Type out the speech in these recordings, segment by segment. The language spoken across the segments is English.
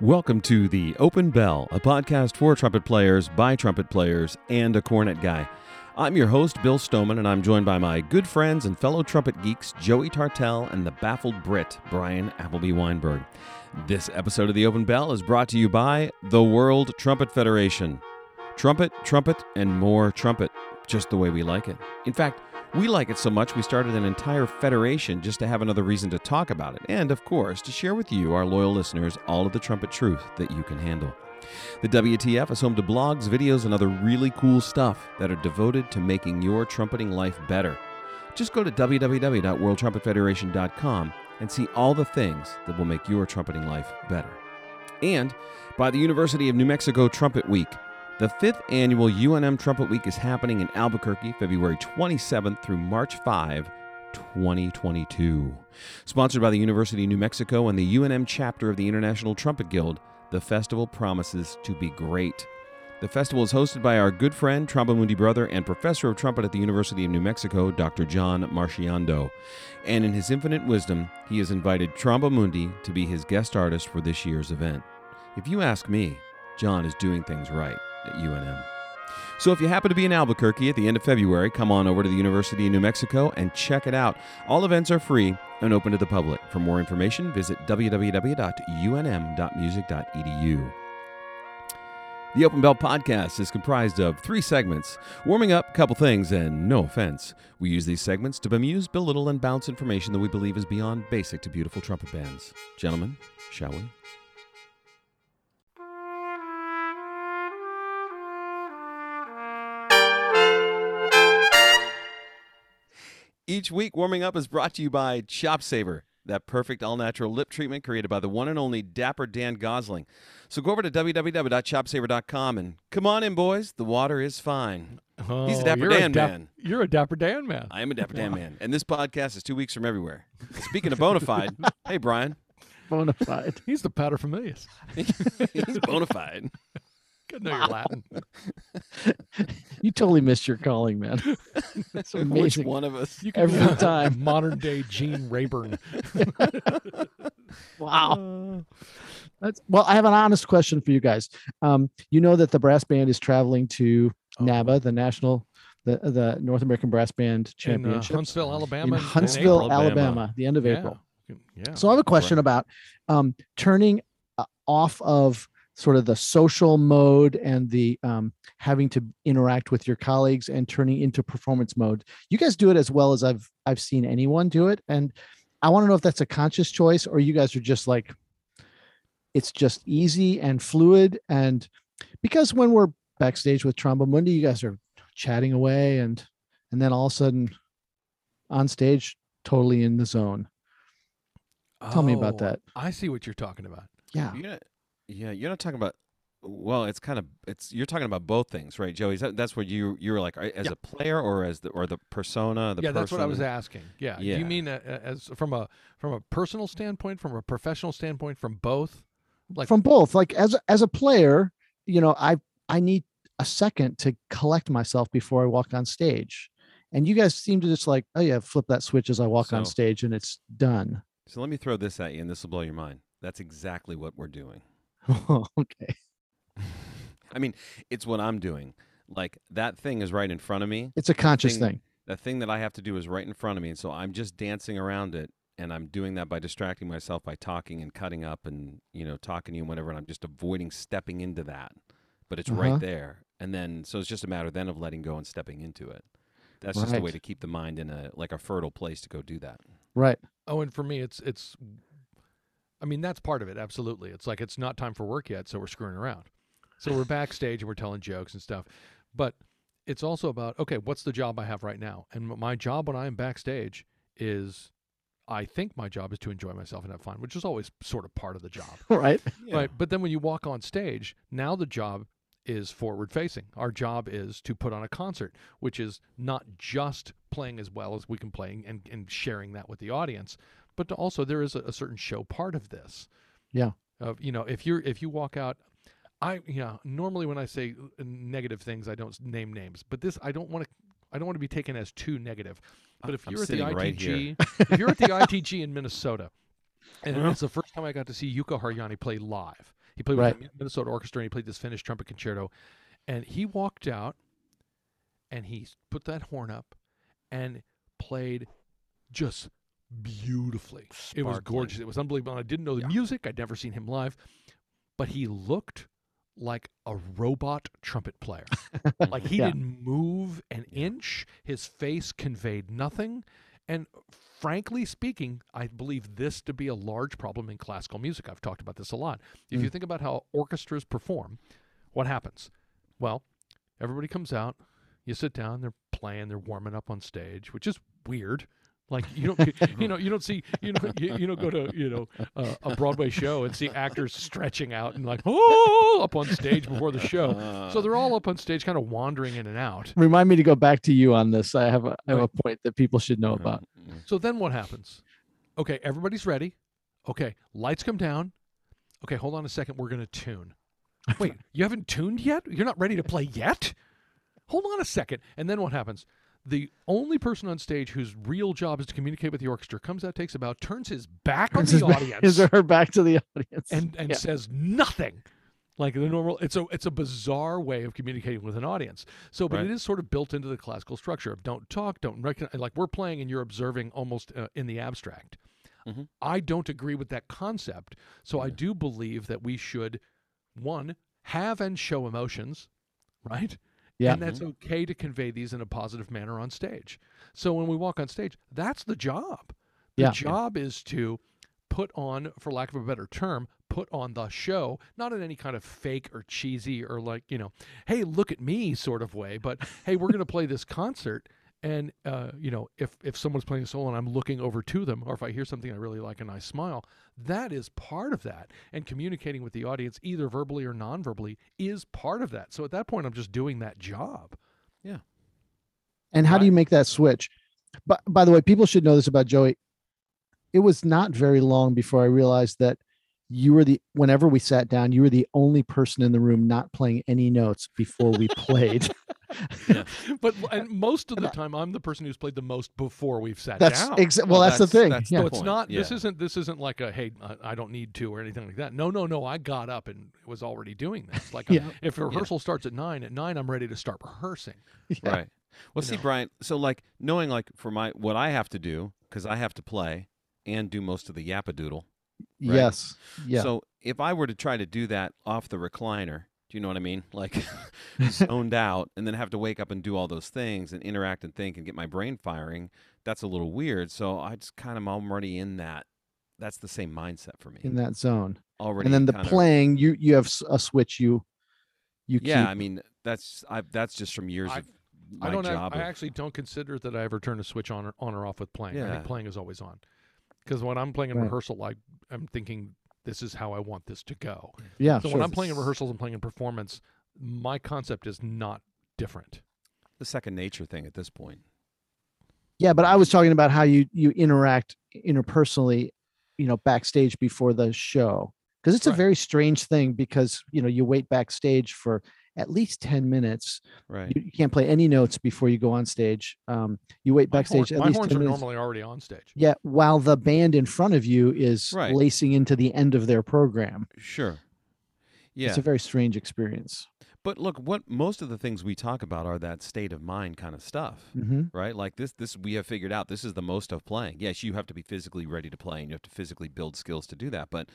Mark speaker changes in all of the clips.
Speaker 1: Welcome to The Open Bell, a podcast for trumpet players, by trumpet players, and a cornet guy. I'm your host, Bill Stoneman, and I'm joined by my good friends and fellow trumpet geeks, Joey Tartell and the baffled Brit, Brian Appleby Weinberg. This episode of The Open Bell is brought to you by the World Trumpet Federation. Trumpet, trumpet, and more trumpet, just the way we like it. In fact, we like it so much we started an entire federation just to have another reason to talk about it, and of course, to share with you, our loyal listeners, all of the trumpet truth that you can handle. The WTF is home to blogs, videos, and other really cool stuff that are devoted to making your trumpeting life better. Just go to www.worldtrumpetfederation.com and see all the things that will make your trumpeting life better. And by the University of New Mexico Trumpet Week, the fifth annual UNM Trumpet Week is happening in Albuquerque, February 27th through March 5, 2022. Sponsored by the University of New Mexico and the UNM chapter of the International Trumpet Guild, the festival promises to be great. The festival is hosted by our good friend, Trombomundi brother, and professor of trumpet at the University of New Mexico, Dr. John Marciando. And in his infinite wisdom, he has invited Trombomundi to be his guest artist for this year's event. If you ask me, John is doing things right at UNM. So if you happen to be in Albuquerque at the end of February, come on over to the University of New Mexico and check it out. All events are free and open to the public. For more information, visit www.unm.music.edu. e The Open Bell podcast is comprised of three segments warming up, couple things, and no offense. We use these segments to bemuse, belittle, and bounce information that we believe is beyond basic to beautiful trumpet bands. Gentlemen, shall we? Each week, warming up is brought to you by Chop Saver, that perfect all natural lip treatment created by the one and only dapper Dan Gosling. So go over to www.chopsaver.com and come on in, boys. The water is fine.
Speaker 2: Oh,
Speaker 1: He's a Dapper
Speaker 2: you're
Speaker 1: Dan
Speaker 2: a dap-
Speaker 1: man.
Speaker 2: You're a Dapper Dan man.
Speaker 1: I am a dapper Dan man, and this podcast is two weeks from everywhere. Speaking of bona fide, hey, Brian,
Speaker 3: bonafide.
Speaker 2: He's the paterfamilias.
Speaker 1: he's bona fide.
Speaker 2: Good know your Latin.
Speaker 3: You totally missed your calling, man. It's
Speaker 1: Which
Speaker 3: amazing.
Speaker 1: one of us?
Speaker 2: You
Speaker 3: Every
Speaker 2: be a
Speaker 3: time.
Speaker 2: modern day Gene Rayburn. Uh,
Speaker 3: Wow. Uh, That's, well, I have an honest question for you guys. Um, you know that the brass band is traveling to
Speaker 2: Oh.
Speaker 3: NABA, the national, the the North American Brass Band
Speaker 2: in uh,
Speaker 3: Championship
Speaker 2: Huntsville, Alabama.
Speaker 3: in
Speaker 2: in
Speaker 3: Huntsville,
Speaker 2: April.
Speaker 1: Alabama.
Speaker 3: Alabama, the end of
Speaker 2: Yeah.
Speaker 3: April.
Speaker 2: Yeah.
Speaker 3: So I have a question about um, turning uh, off of sort of the social mode and the um, having to interact with your colleagues and turning into performance mode. You guys do it as well as I've I've seen anyone do it, and I want to know if that's a conscious choice or you guys are just like it's just easy and fluid and because when we're backstage with Tromba Mundi, you guys are chatting away and and then all of a sudden on stage totally in the zone. Tell me about
Speaker 2: Oh,
Speaker 3: that.
Speaker 2: I see what you're talking about.
Speaker 3: Yeah.
Speaker 1: You're not, yeah, you're not talking about. Well, it's kind of it's you're talking about both things, right, Joey? Is that, that's what you you were like are- as
Speaker 2: Yeah.
Speaker 1: a player or as the or the persona. The
Speaker 2: yeah, that's what I
Speaker 1: person?
Speaker 2: was asking. Yeah. Do
Speaker 1: Yeah.
Speaker 2: you mean uh, uh, as from a from a personal standpoint, from a professional standpoint, from both? Like
Speaker 3: from both like as a- as a player you know i i need a second to collect myself before i walk on stage and you guys seem to just like oh yeah flip that switch as i walk on
Speaker 1: So-
Speaker 3: stage and it's done
Speaker 1: So let me throw this at you, and this will blow your mind. That's exactly what we're doing.
Speaker 3: okay
Speaker 1: I mean, it's what I'm doing. Like that thing is right in front of me.
Speaker 3: it's a conscious
Speaker 1: Thing-
Speaker 3: thing
Speaker 1: The thing that I have to do is right in front of me, and so I'm just dancing around it, and I'm doing that by distracting myself by talking and cutting up, and you know, talking to you and whatever. And I'm just avoiding stepping into that, but it's
Speaker 3: Uh-huh.
Speaker 1: right there. And then, so it's just a matter then of letting go and stepping into it. That's just a way
Speaker 3: Right.
Speaker 1: to keep the mind in a like a fertile place to go do that.
Speaker 3: right
Speaker 2: Oh, and for me, it's it's. I mean, that's part of it. Absolutely, it's like it's not time for work yet, so we're screwing around. So we're backstage and we're telling jokes and stuff, but it's also about okay, what's the job I have right now? And m- my job when I am backstage is, I think my job is to enjoy myself and have fun, which is always sort of part of the job.
Speaker 3: right
Speaker 2: Right. But then when you walk on stage, now the job is forward facing. Our job is to put on a concert, which is not just playing as well as we can play and, and sharing that with the audience, but to also there is a, a certain show part of this.
Speaker 3: Yeah.
Speaker 2: Of you know, if you're if you walk out I you know, normally when I say uh, negative things I don't s- name names, but this I don't want to I don't want to be taken as too negative. But if
Speaker 1: I'm
Speaker 2: you're at the
Speaker 1: sitting
Speaker 2: ITG,
Speaker 1: right here.
Speaker 2: if you're at the ITG in Minnesota, and it's the first time I got to see Yuka Haryani play live. He played with
Speaker 3: Right.
Speaker 2: the Minnesota Orchestra and he played this Finnish trumpet concerto. And he walked out and he s- put that horn up and played just beautifully. It was
Speaker 1: Sparkling.
Speaker 2: gorgeous. It was unbelievable. And I didn't know the
Speaker 1: Yeah.
Speaker 2: music. I'd never seen him live, but he looked like a robot trumpet player. like he
Speaker 3: Yeah.
Speaker 2: didn't move an
Speaker 1: Yeah.
Speaker 2: inch. His face conveyed nothing. And frankly speaking, I believe this to be a large problem in classical music. I've talked about this a lot. If
Speaker 1: Mm.
Speaker 2: you think about how orchestras perform, what happens? Well, everybody comes out, you sit down, they're playing, they're warming up on stage, which is weird. Like you don't, you know, you don't see, you know, you, you don't go to, you know, uh, a Broadway show and see actors stretching out and like, oh, up on stage before the
Speaker 1: Uh,
Speaker 2: show. So they're all up on stage, kind of wandering in and out.
Speaker 3: Remind me to go back to you on this. I have a, I have a
Speaker 2: Right.
Speaker 3: point that people should
Speaker 2: Uh,
Speaker 3: know about.
Speaker 1: uh-huh.
Speaker 2: So then what happens? Okay, everybody's ready. Okay, lights come down. Okay, hold on a second. We're going to tune. Wait, you haven't tuned yet? You're not ready to play yet? Hold on a second. And then what happens? The only person on stage whose real job is to communicate with the orchestra comes out, takes a bow, turns his back on
Speaker 3: Turns
Speaker 2: the
Speaker 3: his back-
Speaker 2: audience,
Speaker 3: Is there her back to the audience?
Speaker 2: and, and
Speaker 3: yeah.
Speaker 2: says nothing. Like the normal, it's a it's a bizarre way of communicating with an audience. So, but
Speaker 1: Right.
Speaker 2: it is sort of built into the classical structure of don't talk, don't recognize. Like we're playing and you're observing almost uh, in the abstract.
Speaker 1: Mhm.
Speaker 2: I don't agree with that concept. So I do believe that we should, one, have and show emotions, right?
Speaker 3: Yeah.
Speaker 2: And that's okay to convey these in a positive manner on stage. So when we walk on stage, that's the job. The
Speaker 3: Yeah. Yeah.
Speaker 2: job is to put on, for lack of a better term, put on the show, not in any kind of fake or cheesy or like, you know, hey, look at me sort of way, but hey, we're going to play this concert. And, uh, you know, if, if someone's playing a solo and I'm looking over to them, or if I hear something I really like and I smile, that is part of that. And communicating with the audience, either verbally or non verbally, is part of that. So at that point, I'm just doing that job.
Speaker 3: And how do
Speaker 1: Right.
Speaker 3: you make that switch? But by the way, people should know this about Joey. It was not very long before I realized that you were the whenever we sat down, you were the only person in the room not playing any notes before we played.
Speaker 2: But and most of the
Speaker 3: And I-
Speaker 2: time, I'm the person who's played the most before we've sat
Speaker 3: That's
Speaker 2: down.
Speaker 3: exa- well, that's, the thing.
Speaker 1: that's
Speaker 3: yeah.
Speaker 2: so
Speaker 1: the
Speaker 2: it's
Speaker 1: point,
Speaker 2: not. This
Speaker 1: yeah.
Speaker 2: isn't. This isn't like a hey, I- I don't need to or anything like that. No, no, no. I got up and was already doing this. Like,
Speaker 3: Yeah.
Speaker 2: I'm- if a rehearsal starts at nine, at nine I'm ready to start rehearsing.
Speaker 3: Yeah.
Speaker 1: Right. Well,
Speaker 2: You
Speaker 1: see,
Speaker 2: know.
Speaker 1: Brian. So, like, knowing like for my what I have to do because I have to play and do most of the yapadoodle. Right.
Speaker 3: Yes. Yeah.
Speaker 1: So, if I were to try to do that off the recliner, do you know what I mean? Like, zoned out, and then have to wake up and do all those things and interact and think and get my brain firing. That's a little weird. So, I just kind of I'm already in that. That's the same mindset for me.
Speaker 3: in that zone.
Speaker 1: already.
Speaker 3: And then the
Speaker 1: kinda-
Speaker 3: playing, you you have s- a switch you you
Speaker 1: Yeah,
Speaker 3: keep.
Speaker 1: I mean that's I, that's just from years
Speaker 2: I-
Speaker 1: of my
Speaker 2: I don't. ac-
Speaker 1: job.
Speaker 2: I
Speaker 1: of-
Speaker 2: actually don't consider that I ever turn a switch on or on or off with playing. I
Speaker 1: Yeah.
Speaker 2: think playing is always on. Because when I'm playing in
Speaker 3: Right.
Speaker 2: rehearsal, I I'm thinking this is how I want this to go.
Speaker 3: yeah.
Speaker 2: so
Speaker 3: sure.
Speaker 2: when I'm playing in rehearsals and playing in performance, my concept is not different.
Speaker 1: the second nature thing at this point.
Speaker 3: Yeah, but I was talking about how you you interact interpersonally, you know, backstage before the show. Because it's
Speaker 2: Right.
Speaker 3: a very strange thing because, you know, you wait backstage for at least 10 minutes.
Speaker 1: Right.
Speaker 3: You, you can't play any notes before you go on stage. Um, you wait
Speaker 2: My horn-
Speaker 3: backstage at
Speaker 2: my
Speaker 3: least
Speaker 2: horns
Speaker 3: 10
Speaker 2: are
Speaker 3: minutes.
Speaker 2: normally already on stage.
Speaker 3: yeah, while the band in front of you is
Speaker 1: Right.
Speaker 3: lacing into the end of their program.
Speaker 1: Sure. Yeah.
Speaker 3: It's a very strange experience.
Speaker 1: but look, what most of the things we talk about are that state of mind kind of stuff,
Speaker 3: hmm
Speaker 1: right? Like this this we have figured out this is the most of playing. Yes, you have to be physically ready to play and you have to physically build skills to do that, but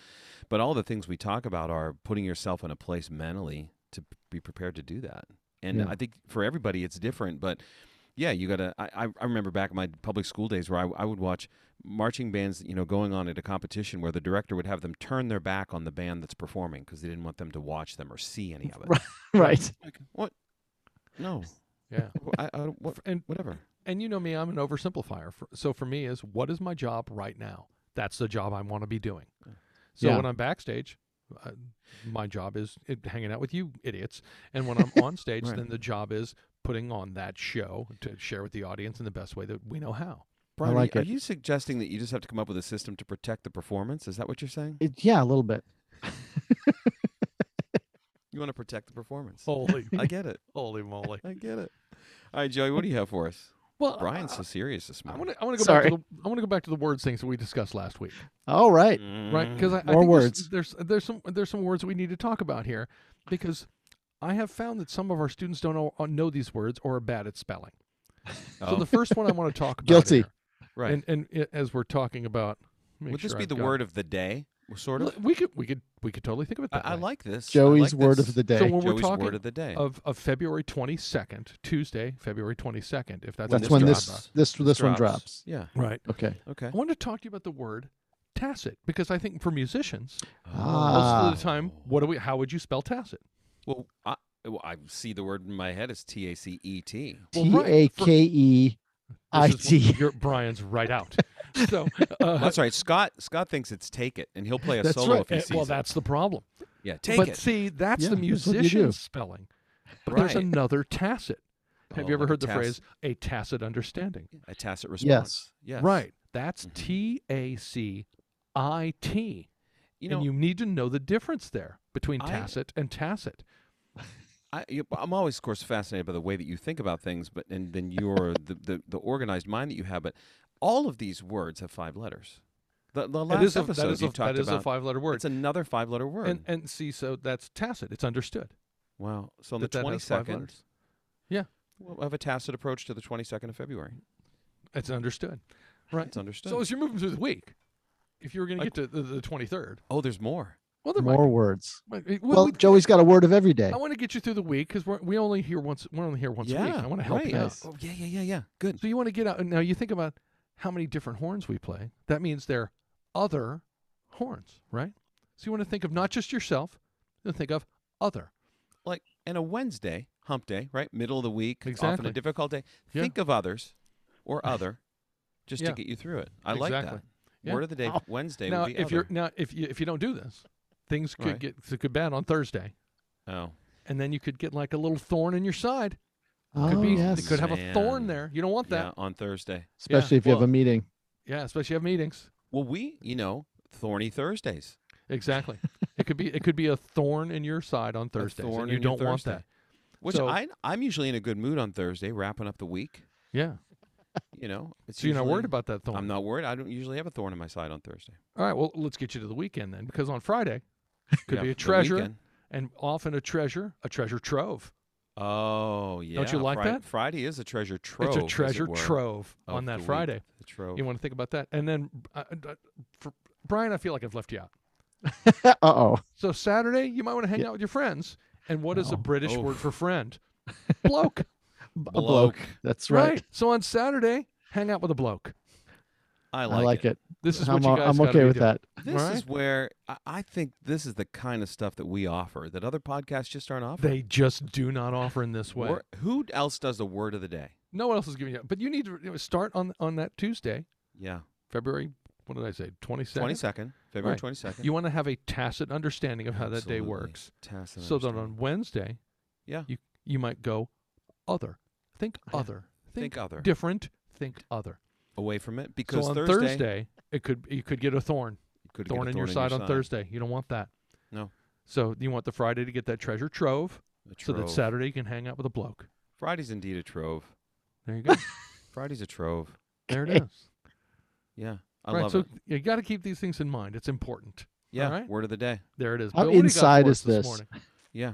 Speaker 1: but all the things we talk about are putting yourself in a place mentally to p- be prepared to do that. And
Speaker 3: Yeah.
Speaker 1: I think for everybody it's different, but yeah, you gotta. I, I- I remember back in my public school days where I, I would watch marching bands, you know, going on at a competition where the director would have them turn their back on the band that's performing because they didn't want them to watch them or see any of it.
Speaker 3: Right.
Speaker 1: Like, what? No.
Speaker 2: Yeah.
Speaker 1: I, I, don't- what,
Speaker 2: And
Speaker 1: whatever.
Speaker 2: and you know me, I'm an oversimplifier. For, so for me is what is my job right now? That's the job I want to be doing. So
Speaker 3: Yeah.
Speaker 2: when I'm backstage, uh, my job is it, hanging out with you idiots. And when I'm on stage,
Speaker 1: Right.
Speaker 2: then the job is putting on that show to share with the audience in the best way that we know how.
Speaker 1: Brian, are
Speaker 3: like
Speaker 1: you- are
Speaker 3: it.
Speaker 1: you suggesting that you just have to come up with a system to protect the performance? Is that what you're saying?
Speaker 3: It, yeah, a little bit.
Speaker 1: You want to
Speaker 2: Oh.
Speaker 1: protect the performance.
Speaker 2: Holy,
Speaker 1: I get it.
Speaker 2: holy moly!
Speaker 1: I get it. All right, Joey, what do you have for us?
Speaker 2: Well,
Speaker 1: Brian's
Speaker 2: I-
Speaker 1: so serious this
Speaker 2: I
Speaker 1: morning.
Speaker 2: want to. I want to go
Speaker 3: Sorry.
Speaker 2: back. To the, I want to go back to the words things that we discussed last week,
Speaker 3: All
Speaker 1: Mm,
Speaker 3: right.
Speaker 2: right? Because I, I
Speaker 3: More
Speaker 2: think
Speaker 3: words.
Speaker 2: There's, there's there's some there's some words that we need to talk about here, because I have found that some of our students don't know, uh, know these words or are bad at spelling. So the first one I want to talk about.
Speaker 3: Guilty.
Speaker 2: here-
Speaker 1: Oh, right.
Speaker 2: And and i- as we're talking about, make
Speaker 1: Would this
Speaker 2: sure
Speaker 1: be
Speaker 2: I've
Speaker 1: the
Speaker 2: got-
Speaker 1: word of the day? Sort of.
Speaker 2: L- We could we could we could totally think of it
Speaker 1: I,
Speaker 2: that
Speaker 1: I
Speaker 2: way.
Speaker 1: like this. I like
Speaker 3: Joey's word
Speaker 1: this.
Speaker 3: of the day.
Speaker 2: So when we're
Speaker 1: Joey's
Speaker 2: talking oh,
Speaker 1: word of the day.
Speaker 2: of, of February 22nd, Tuesday, February 22nd, if that's,
Speaker 3: That's
Speaker 1: this
Speaker 3: when
Speaker 2: drops.
Speaker 1: drops.
Speaker 3: this this this one drops.
Speaker 1: Yeah.
Speaker 2: Right.
Speaker 3: Okay.
Speaker 1: Okay.
Speaker 2: I wanted to talk to you about the word tacit because I think for musicians, most
Speaker 3: Ah.
Speaker 2: of the time, what do we? How would you spell tacit?
Speaker 1: Well, I, well, I see the word in my head as T A C E T.
Speaker 2: Well,
Speaker 3: T A
Speaker 2: right, for-
Speaker 3: K E I
Speaker 2: This is-
Speaker 3: T.
Speaker 2: You're Brian's right out. So
Speaker 1: Oh,
Speaker 2: uh,
Speaker 1: that's right. Scott Scott thinks it's take it, and he'll play a
Speaker 2: that's
Speaker 1: solo
Speaker 2: right.
Speaker 1: if he
Speaker 2: Uh,
Speaker 1: sees
Speaker 2: Well,
Speaker 1: it.
Speaker 2: that's the problem.
Speaker 1: yeah, take
Speaker 2: but
Speaker 1: it.
Speaker 2: see, that's
Speaker 3: Yeah,
Speaker 2: the
Speaker 3: that's what you do.
Speaker 2: musician's spelling. But there's
Speaker 1: Right.
Speaker 2: another tacit. Have
Speaker 1: Oh,
Speaker 2: you ever
Speaker 1: another
Speaker 2: heard the
Speaker 1: tacit.
Speaker 2: phrase a tacit understanding?
Speaker 1: a tacit
Speaker 3: Yes.
Speaker 1: response. Yes.
Speaker 2: Right. That's
Speaker 1: Mhm.
Speaker 2: T A C I T.
Speaker 1: You know,
Speaker 2: and you need to know the difference there between
Speaker 1: I-
Speaker 2: tacit and tacit.
Speaker 1: I, you- I'm always, of course, fascinated by the way that you think about things, but and then your the, the the organized mind that you have. But all of these words have five letters. The, the
Speaker 2: That
Speaker 1: last
Speaker 2: is a,
Speaker 1: episode
Speaker 2: that is a,
Speaker 1: you talked
Speaker 2: that is a
Speaker 1: about.
Speaker 2: five-letter word.
Speaker 1: It's another five-letter word.
Speaker 2: and and see, so that's tacit. It's understood.
Speaker 1: wow. So on
Speaker 2: that
Speaker 1: the
Speaker 2: that has five
Speaker 1: 22nd,
Speaker 2: letters. Yeah.
Speaker 1: we'll have a tacit approach to the 22nd of February.
Speaker 2: It's understood. Right.
Speaker 1: It's understood.
Speaker 2: So as you're moving through the week, if you were going to get to the, the 23rd,
Speaker 1: oh, there's more.
Speaker 2: well, there
Speaker 3: More words.
Speaker 2: might, might, well,
Speaker 3: Well, Joey's got a word of every day.
Speaker 2: eh, I want to get you through the week because we only hear once. We're only here once a week. I want to help
Speaker 1: right.
Speaker 2: you out.
Speaker 3: Nice.
Speaker 1: Oh, yeah, yeah, yeah, yeah. Good.
Speaker 2: So you want to get out now? You think about how many different horns we play. That means they're other horns, right? So you want to think of not just yourself. You think of other.
Speaker 1: Like, and a Wednesday, hump day, right? Middle of the week, often
Speaker 2: Exactly.
Speaker 1: a difficult day.
Speaker 2: Yeah.
Speaker 1: Think of others or other just
Speaker 2: Yeah.
Speaker 1: to get you through it. I like
Speaker 2: Exactly.
Speaker 1: that.
Speaker 2: Yeah. Oh.
Speaker 1: Word of the day,
Speaker 3: Wow.
Speaker 1: Wednesday
Speaker 2: now,
Speaker 1: would be
Speaker 2: if
Speaker 1: other.
Speaker 2: you're now if you if you don't do this, things could
Speaker 1: Right.
Speaker 2: get could bad on Thursday,
Speaker 1: Oh,
Speaker 2: and then you could get like a little thorn in your side. Could
Speaker 3: oh,
Speaker 2: be
Speaker 3: yes.
Speaker 2: it could have a
Speaker 1: Man.
Speaker 2: thorn there. You don't want
Speaker 1: yeah,
Speaker 2: that.
Speaker 1: on Thursday.
Speaker 3: Especially if you have a
Speaker 2: well-
Speaker 3: meeting.
Speaker 2: Yeah, especially if you have meetings.
Speaker 1: Well, we, you know, thorny Thursdays.
Speaker 2: Exactly. it could be it could be a thorn in your side on
Speaker 1: A
Speaker 2: Thursday,
Speaker 1: thorn
Speaker 2: and you
Speaker 1: in your
Speaker 2: don't want
Speaker 1: Thursday.
Speaker 2: that.
Speaker 1: Which
Speaker 2: So-
Speaker 1: I, I'm usually in a good mood on Thursday, wrapping up the week.
Speaker 2: Yeah.
Speaker 1: You know, it's
Speaker 2: So you're not
Speaker 1: usually-
Speaker 2: worried about that thorn.
Speaker 1: I'm not worried. I don't usually have a thorn in my side on Thursday.
Speaker 2: All right. Well, let's get you to the weekend then, because on Friday could
Speaker 1: Yeah,
Speaker 2: be a
Speaker 1: the
Speaker 2: treasure,
Speaker 1: weekend.
Speaker 2: and often a treasure, a treasure trove.
Speaker 1: Oh, yeah.
Speaker 2: you like
Speaker 1: Fri-
Speaker 2: that?
Speaker 1: Friday is a treasure trove. as
Speaker 2: it's a
Speaker 1: it
Speaker 2: treasure
Speaker 1: were,
Speaker 2: trove
Speaker 1: of
Speaker 2: on
Speaker 1: the
Speaker 2: that
Speaker 1: week.
Speaker 2: Friday.
Speaker 1: The trove.
Speaker 2: You want to think about that, and then uh, uh, for Brian, I feel like I've left you out.
Speaker 3: uh oh.
Speaker 2: So Saturday, you might want to hang
Speaker 3: Yeah.
Speaker 2: out with your friends. And what is a
Speaker 3: No.
Speaker 2: British
Speaker 1: Oh.
Speaker 2: word for friend? Bloke.
Speaker 3: A bloke. That's right.
Speaker 2: So on Saturday, hang out with a bloke.
Speaker 1: I
Speaker 3: I like it.
Speaker 2: This is
Speaker 3: I'm,
Speaker 2: what you
Speaker 3: o-
Speaker 2: guys
Speaker 3: I'm
Speaker 2: gotta
Speaker 3: okay
Speaker 2: be
Speaker 3: with
Speaker 2: doing.
Speaker 3: that.
Speaker 1: This
Speaker 2: All
Speaker 1: is where I, I think this is the kind of stuff that we offer that other podcasts just aren't offering.
Speaker 2: They just do not offer in this way.
Speaker 1: Wor- who else does the word of the day?
Speaker 2: No one else is giving you. But you need to you know, start on on that Tuesday,
Speaker 1: Yeah,
Speaker 2: February. What did I say? Twenty
Speaker 1: twenty
Speaker 2: second.
Speaker 1: second, February
Speaker 2: Right.
Speaker 1: twenty second.
Speaker 2: You want to have a tacit understanding of how that day
Speaker 1: Absolutely.
Speaker 2: works, so that on Wednesday,
Speaker 1: Yeah.
Speaker 2: you you might go other. Think
Speaker 1: Yeah.
Speaker 2: other.
Speaker 1: think, other
Speaker 2: different. Think other.
Speaker 1: away from it because
Speaker 2: so on
Speaker 1: Thursday,
Speaker 2: it could you could get a thorn.
Speaker 1: you could get a
Speaker 2: thorn, in your side on Thursday. You don't want that.
Speaker 1: No.
Speaker 2: So you want the Friday to get that treasure trove,
Speaker 1: A
Speaker 2: so that
Speaker 1: trove.
Speaker 2: Saturday you can hang out with a bloke.
Speaker 1: Friday's indeed a trove.
Speaker 2: There you go.
Speaker 1: Friday's a trove.
Speaker 2: there it
Speaker 3: Okay.
Speaker 2: is.
Speaker 1: Yeah, I
Speaker 2: right.
Speaker 1: love
Speaker 2: so
Speaker 1: it.
Speaker 2: you got to keep these things in mind. It's important.
Speaker 1: Yeah,
Speaker 2: right.
Speaker 1: word of the day.
Speaker 2: There it is.
Speaker 3: How
Speaker 2: Bill, what do you got
Speaker 3: inside
Speaker 2: for
Speaker 3: is
Speaker 2: us
Speaker 3: this?
Speaker 2: morning?
Speaker 1: Yeah.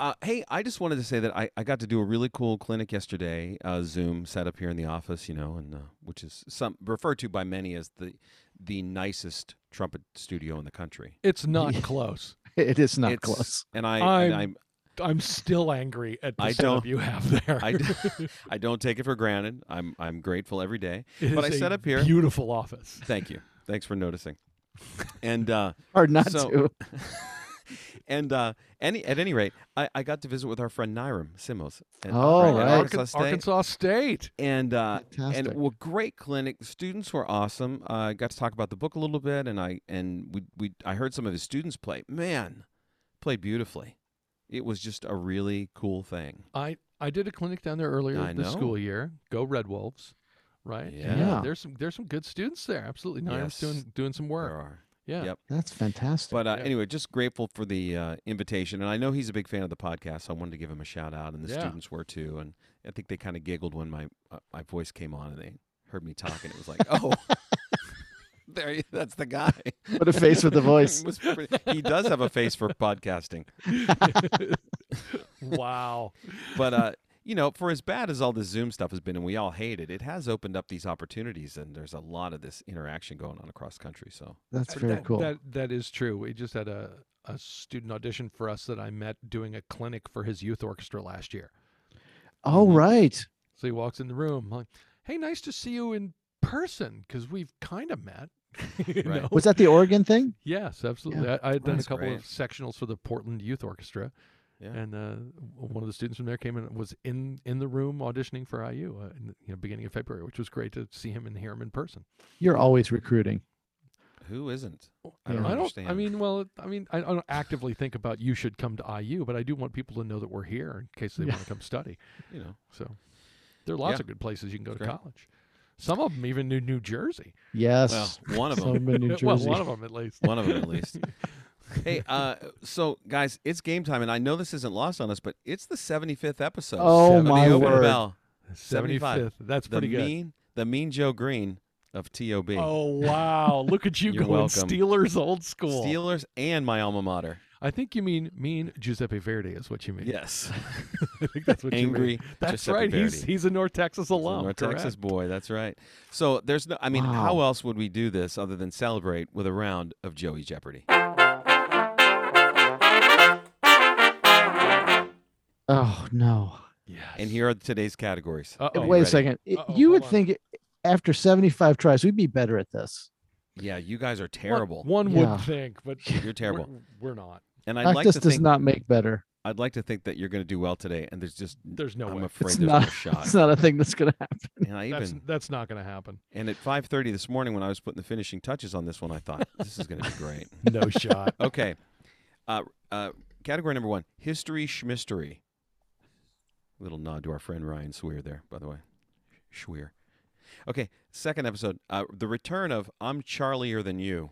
Speaker 1: Uh, hey, I just wanted to say that I, I got to do a really cool clinic yesterday, uh, Zoom set up here in the office, you know, and uh, which is some referred to by many as the the nicest trumpet studio in the country.
Speaker 2: It's not
Speaker 3: Yeah.
Speaker 2: close.
Speaker 3: It is not
Speaker 1: It's-
Speaker 3: close.
Speaker 1: And I and
Speaker 2: I'm-
Speaker 1: I'm,
Speaker 2: I'm still angry at the
Speaker 1: I
Speaker 2: setup
Speaker 1: don't-
Speaker 2: you have there.
Speaker 1: I d- I don't take it for granted. I'm I'm grateful every day.
Speaker 2: It
Speaker 1: but
Speaker 2: is
Speaker 1: I
Speaker 2: a
Speaker 1: set up here-
Speaker 2: Beautiful office.
Speaker 1: Thank you. Thanks for noticing. And uh,
Speaker 3: Hard not
Speaker 1: so-
Speaker 3: to.
Speaker 1: and uh, any at any rate, I, I got to visit with our friend Nyram Simos. at-
Speaker 3: Oh,
Speaker 1: at
Speaker 3: right.
Speaker 1: Arkansas
Speaker 2: Arkan-
Speaker 1: State.
Speaker 2: Arkansas State.
Speaker 1: and uh,
Speaker 3: Fantastic.
Speaker 1: and well, great clinic. Students were awesome. I got to talk about the book a little bit, and I and we we I heard some of his students play. Man, played beautifully. It was just a really cool thing.
Speaker 2: I I did a clinic down there earlier
Speaker 1: I
Speaker 2: this
Speaker 1: know.
Speaker 2: school year. Go Red Wolves, right? And, uh,
Speaker 1: Yeah.
Speaker 2: There's some there's some good students there. Absolutely,
Speaker 1: Yes.
Speaker 2: Nine's doing doing some
Speaker 1: There
Speaker 2: work.
Speaker 1: are
Speaker 2: Yeah.
Speaker 1: Yep.
Speaker 3: That's fantastic.
Speaker 1: But uh,
Speaker 2: Yeah.
Speaker 1: anyway, just grateful for the uh, invitation, and I know he's a big fan of the podcast. So I wanted to give him a shout out, and the
Speaker 2: Yeah.
Speaker 1: students were too. And I think they kind of giggled when my uh, my voice came on, and they heard me talk, and it was like, oh, there, he- that's the guy.
Speaker 3: Put a face with the voice.
Speaker 1: It was pretty- he does have a face for podcasting,
Speaker 2: wow.
Speaker 1: but uh, you know, for as bad as all the Zoom stuff has been, and we all hate it, it has opened up these opportunities, and there's a lot of this interaction going on across country. So
Speaker 3: That's
Speaker 2: Uh,
Speaker 3: very
Speaker 2: that,
Speaker 3: cool.
Speaker 2: That that is true. We just had a a student audition for us that I met doing a clinic for his youth orchestra last year.
Speaker 3: All right.
Speaker 2: So he walks in the room, like, "Hey, nice to see you in person because we've kind of met." you
Speaker 1: Right.
Speaker 2: know?
Speaker 3: Was that the Oregon thing?
Speaker 2: Yes, absolutely. I, I had done
Speaker 1: That's
Speaker 2: a couple
Speaker 1: great.
Speaker 2: of sectionals for the Portland Youth Orchestra,
Speaker 1: Yeah.
Speaker 2: and uh, w- one of the students from there came in and was in in the room auditioning for IU uh, in the you know, beginning of February, which was great to see him and hear him in person.
Speaker 3: You're always recruiting.
Speaker 1: who isn't?
Speaker 3: I don't
Speaker 2: I
Speaker 1: understand.
Speaker 2: I mean, well, I mean, I don't actively think about you should come to IU, but I do want people to know that we're here in case they
Speaker 3: Yeah.
Speaker 2: want to come study.
Speaker 1: You know,
Speaker 2: So there are lots
Speaker 1: Yeah.
Speaker 2: of good places you can go to
Speaker 1: Great.
Speaker 2: college. Some of them even in New Jersey.
Speaker 3: Yes.
Speaker 1: well, one of them.
Speaker 3: Some in New
Speaker 2: well,
Speaker 3: Jersey.
Speaker 2: one of them at least.
Speaker 1: One of them, at least. hey, uh, so guys, it's game time, and I know this isn't lost on us, but it's the 75th episode.
Speaker 3: Oh,
Speaker 1: When
Speaker 3: my
Speaker 1: they open the
Speaker 3: word.
Speaker 1: bell, 75.
Speaker 2: 75th. That's
Speaker 1: the
Speaker 2: pretty good.
Speaker 1: mean, the mean Joe Green of TOB,
Speaker 2: Oh wow! Look at you
Speaker 1: You're
Speaker 2: going
Speaker 1: welcome.
Speaker 2: Steelers old school.
Speaker 1: Steelers, and my alma mater.
Speaker 2: I think you mean mean Giuseppe Verdi is what you mean.
Speaker 1: Yes,
Speaker 2: I think that's what you mean.
Speaker 1: angry.
Speaker 2: That's
Speaker 1: Giuseppe
Speaker 2: right.
Speaker 1: Verdi.
Speaker 2: He's he's a North Texas
Speaker 1: He's a
Speaker 2: alum.
Speaker 1: North
Speaker 2: correct.
Speaker 1: Texas boy. That's right. So there's no. I mean,
Speaker 3: Wow.
Speaker 1: how else would we do this other than celebrate with a round of Joey Jeopardy?
Speaker 3: oh no.
Speaker 2: Yes.
Speaker 1: And here are today's categories.
Speaker 2: Uh-oh.
Speaker 1: Are you
Speaker 3: Wait a
Speaker 1: ready?
Speaker 3: 2nd
Speaker 2: Oh, Uh-oh,
Speaker 3: you would
Speaker 2: hold on.
Speaker 3: think after 75 tries, we'd be better at this.
Speaker 1: Yeah, you guys are terrible.
Speaker 2: One,
Speaker 3: Yeah.
Speaker 2: would think, but
Speaker 1: You're terrible.
Speaker 2: We're, we're not.
Speaker 1: And I'd like
Speaker 3: Practice
Speaker 1: to
Speaker 3: does
Speaker 1: think
Speaker 3: not make better.
Speaker 1: I'd like to think that you're going to do well today. And there's just
Speaker 2: There's no
Speaker 1: I'm
Speaker 2: way.
Speaker 1: afraid
Speaker 3: It's
Speaker 1: there's no
Speaker 3: not-
Speaker 1: shot.
Speaker 3: It's not a thing that's going to happen.
Speaker 1: And I
Speaker 2: That's
Speaker 1: even
Speaker 2: that's not going to happen.
Speaker 1: and at 5:30 this morning when I was putting the finishing touches on this one, I thought this is going to be great.
Speaker 2: No shot.
Speaker 1: Okay, uh, uh, category number one: history schmistery. Little nod to our friend Ryan Swear there, by the way. Schweer. Okay, second episode: uh, the return of "I'm Charlier Than You."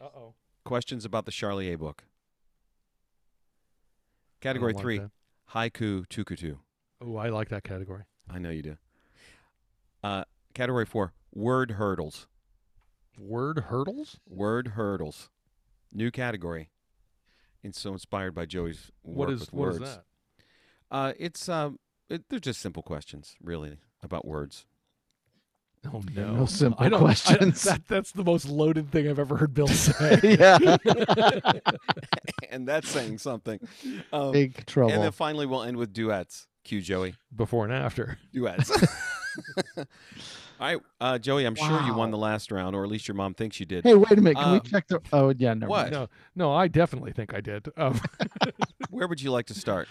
Speaker 2: Uh oh.
Speaker 1: Questions about the Charlier book. Category three: haiku tukutu.
Speaker 2: Oh, I like that category.
Speaker 1: I know you do. Uh, category four: word hurdles.
Speaker 2: Word hurdles.
Speaker 1: Word hurdles. New category. And so inspired by Joey's work
Speaker 2: What is
Speaker 1: with
Speaker 2: what is
Speaker 1: words.
Speaker 2: that?
Speaker 1: Uh, it's um, it, they're just simple questions, really, about words.
Speaker 2: Oh
Speaker 3: There
Speaker 2: no!
Speaker 3: are no simple
Speaker 2: I don't- I don't-
Speaker 3: questions.
Speaker 2: that, that's the most loaded thing I've ever heard Bill say.
Speaker 3: yeah.
Speaker 1: and that's saying something. Um,
Speaker 3: Big trouble.
Speaker 1: and then finally, we'll end with duets. Cue Joey.
Speaker 2: Before and after.
Speaker 1: Duets. All right, uh, Joey. I'm sure you won
Speaker 3: Wow.
Speaker 1: the last round, or at least your mom thinks you did.
Speaker 3: hey, wait a minute. Can
Speaker 2: Um,
Speaker 1: uh,
Speaker 3: we check the. Oh, yeah. Never
Speaker 1: what?
Speaker 2: No, no, I definitely think I did. Um,
Speaker 1: Where would you like to start?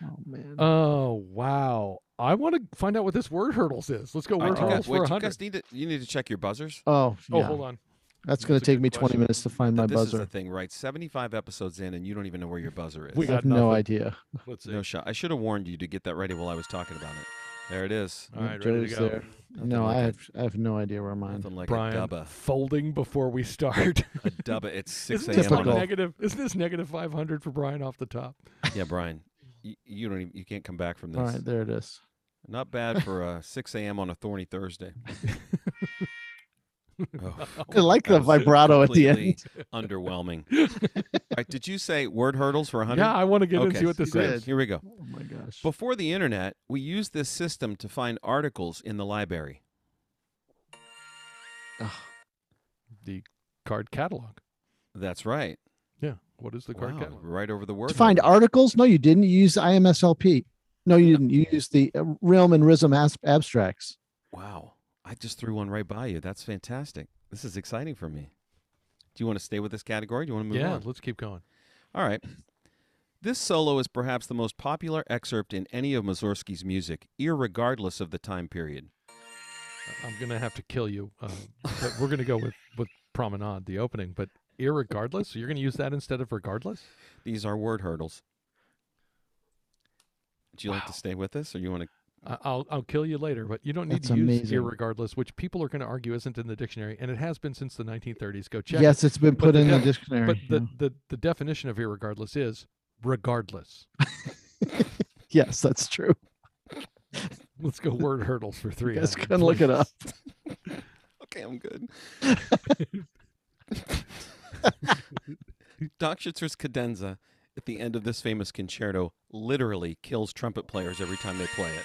Speaker 3: Mind. Oh, man.
Speaker 2: oh wow! I want to find out what this word hurdles is. Let's go
Speaker 1: All right,
Speaker 2: word
Speaker 1: you
Speaker 2: hurdles
Speaker 1: guys, wait,
Speaker 2: for
Speaker 1: you
Speaker 2: hundred.
Speaker 1: guys need to you need to check your buzzers.
Speaker 3: oh,
Speaker 2: Oh,
Speaker 3: yeah.
Speaker 2: hold on.
Speaker 3: That's going
Speaker 2: That's
Speaker 3: to
Speaker 2: a
Speaker 3: take
Speaker 2: good
Speaker 3: me 20
Speaker 2: question.
Speaker 3: minutes to find my
Speaker 1: this is the
Speaker 3: buzzer.
Speaker 1: thing, right? 75 episodes in, and you don't even know where your buzzer is.
Speaker 2: We
Speaker 3: I have
Speaker 2: got
Speaker 3: no
Speaker 2: nothing.
Speaker 3: idea.
Speaker 2: Let's see.
Speaker 1: No shot. I should have warned you to get that ready while I was talking about it. There it is.
Speaker 2: All right, ready
Speaker 3: Joe's
Speaker 2: to go.
Speaker 3: there.
Speaker 1: Nothing
Speaker 3: No,
Speaker 1: like
Speaker 3: I
Speaker 1: a-
Speaker 3: have, I have no idea where mine.
Speaker 1: Nothing like
Speaker 2: Brian,
Speaker 1: a dubba.
Speaker 2: folding before we start.
Speaker 1: A dubba. It's 6
Speaker 2: isn't this
Speaker 1: a.m.
Speaker 2: like
Speaker 1: on a-
Speaker 3: Typical.
Speaker 2: negative? Isn't this negative five hundred for Brian off the top?
Speaker 1: Yeah, Brian. You, you don't. Even, you can't come back from this.
Speaker 3: All right, there it is.
Speaker 1: Not bad for uh, 6 a.m. on a thorny Thursday. Oh,
Speaker 3: I like the
Speaker 1: that was
Speaker 3: vibrato at the
Speaker 1: completely
Speaker 3: end.
Speaker 1: underwhelming. All right, did you say word hurdles for 100?
Speaker 2: Yeah, I want to get
Speaker 1: okay,
Speaker 2: into what this
Speaker 3: great.
Speaker 2: is.
Speaker 1: Here we go.
Speaker 3: Oh my gosh.
Speaker 1: Before the internet, we used this system to find articles in the library.
Speaker 3: Ugh.
Speaker 2: The card catalog.
Speaker 1: That's right.
Speaker 2: Yeah. What is the card
Speaker 1: Wow,
Speaker 2: catalog?
Speaker 1: right over the word.
Speaker 3: to find
Speaker 1: hurdle.
Speaker 3: articles? No, you didn't. You used IMSLP. No, you didn't. You used the uh, Realm and RISM as- abstracts.
Speaker 1: Wow. I just threw one right by you. That's fantastic. This is exciting for me. Do you want to stay with this category? Do you want to move
Speaker 2: Yeah.
Speaker 1: on?
Speaker 2: Let's keep going.
Speaker 1: All right. This solo is perhaps the most popular excerpt in any of Mussorgsky's music, irregardless of the time period.
Speaker 2: I- I'm gonna have to kill you. Uh, but we're gonna go with with promenade, the opening, but irregardless. So you're gonna use that instead of regardless.
Speaker 1: These are word hurdles. Would you like
Speaker 2: Wow.
Speaker 1: to stay with this or you want to
Speaker 2: I- I'll I'll kill you later, but you don't need
Speaker 3: That's
Speaker 2: to use
Speaker 3: amazing.
Speaker 2: irregardless, which people are going to argue isn't in the dictionary, and it has been since the 1930s. Go check. it.
Speaker 3: yes, it's been
Speaker 2: But
Speaker 3: put
Speaker 2: the
Speaker 3: in the
Speaker 2: def-
Speaker 3: dictionary.
Speaker 2: But the,
Speaker 3: yeah.
Speaker 2: the the definition of irregardless is regardless.
Speaker 3: yes, that's true.
Speaker 2: Let's go word hurdles for three.
Speaker 3: You guys
Speaker 2: hours,
Speaker 3: can look it up.
Speaker 1: Okay, I'm good. Doc Schitzer's cadenza at the end of this famous concerto literally kills trumpet players every time they play it.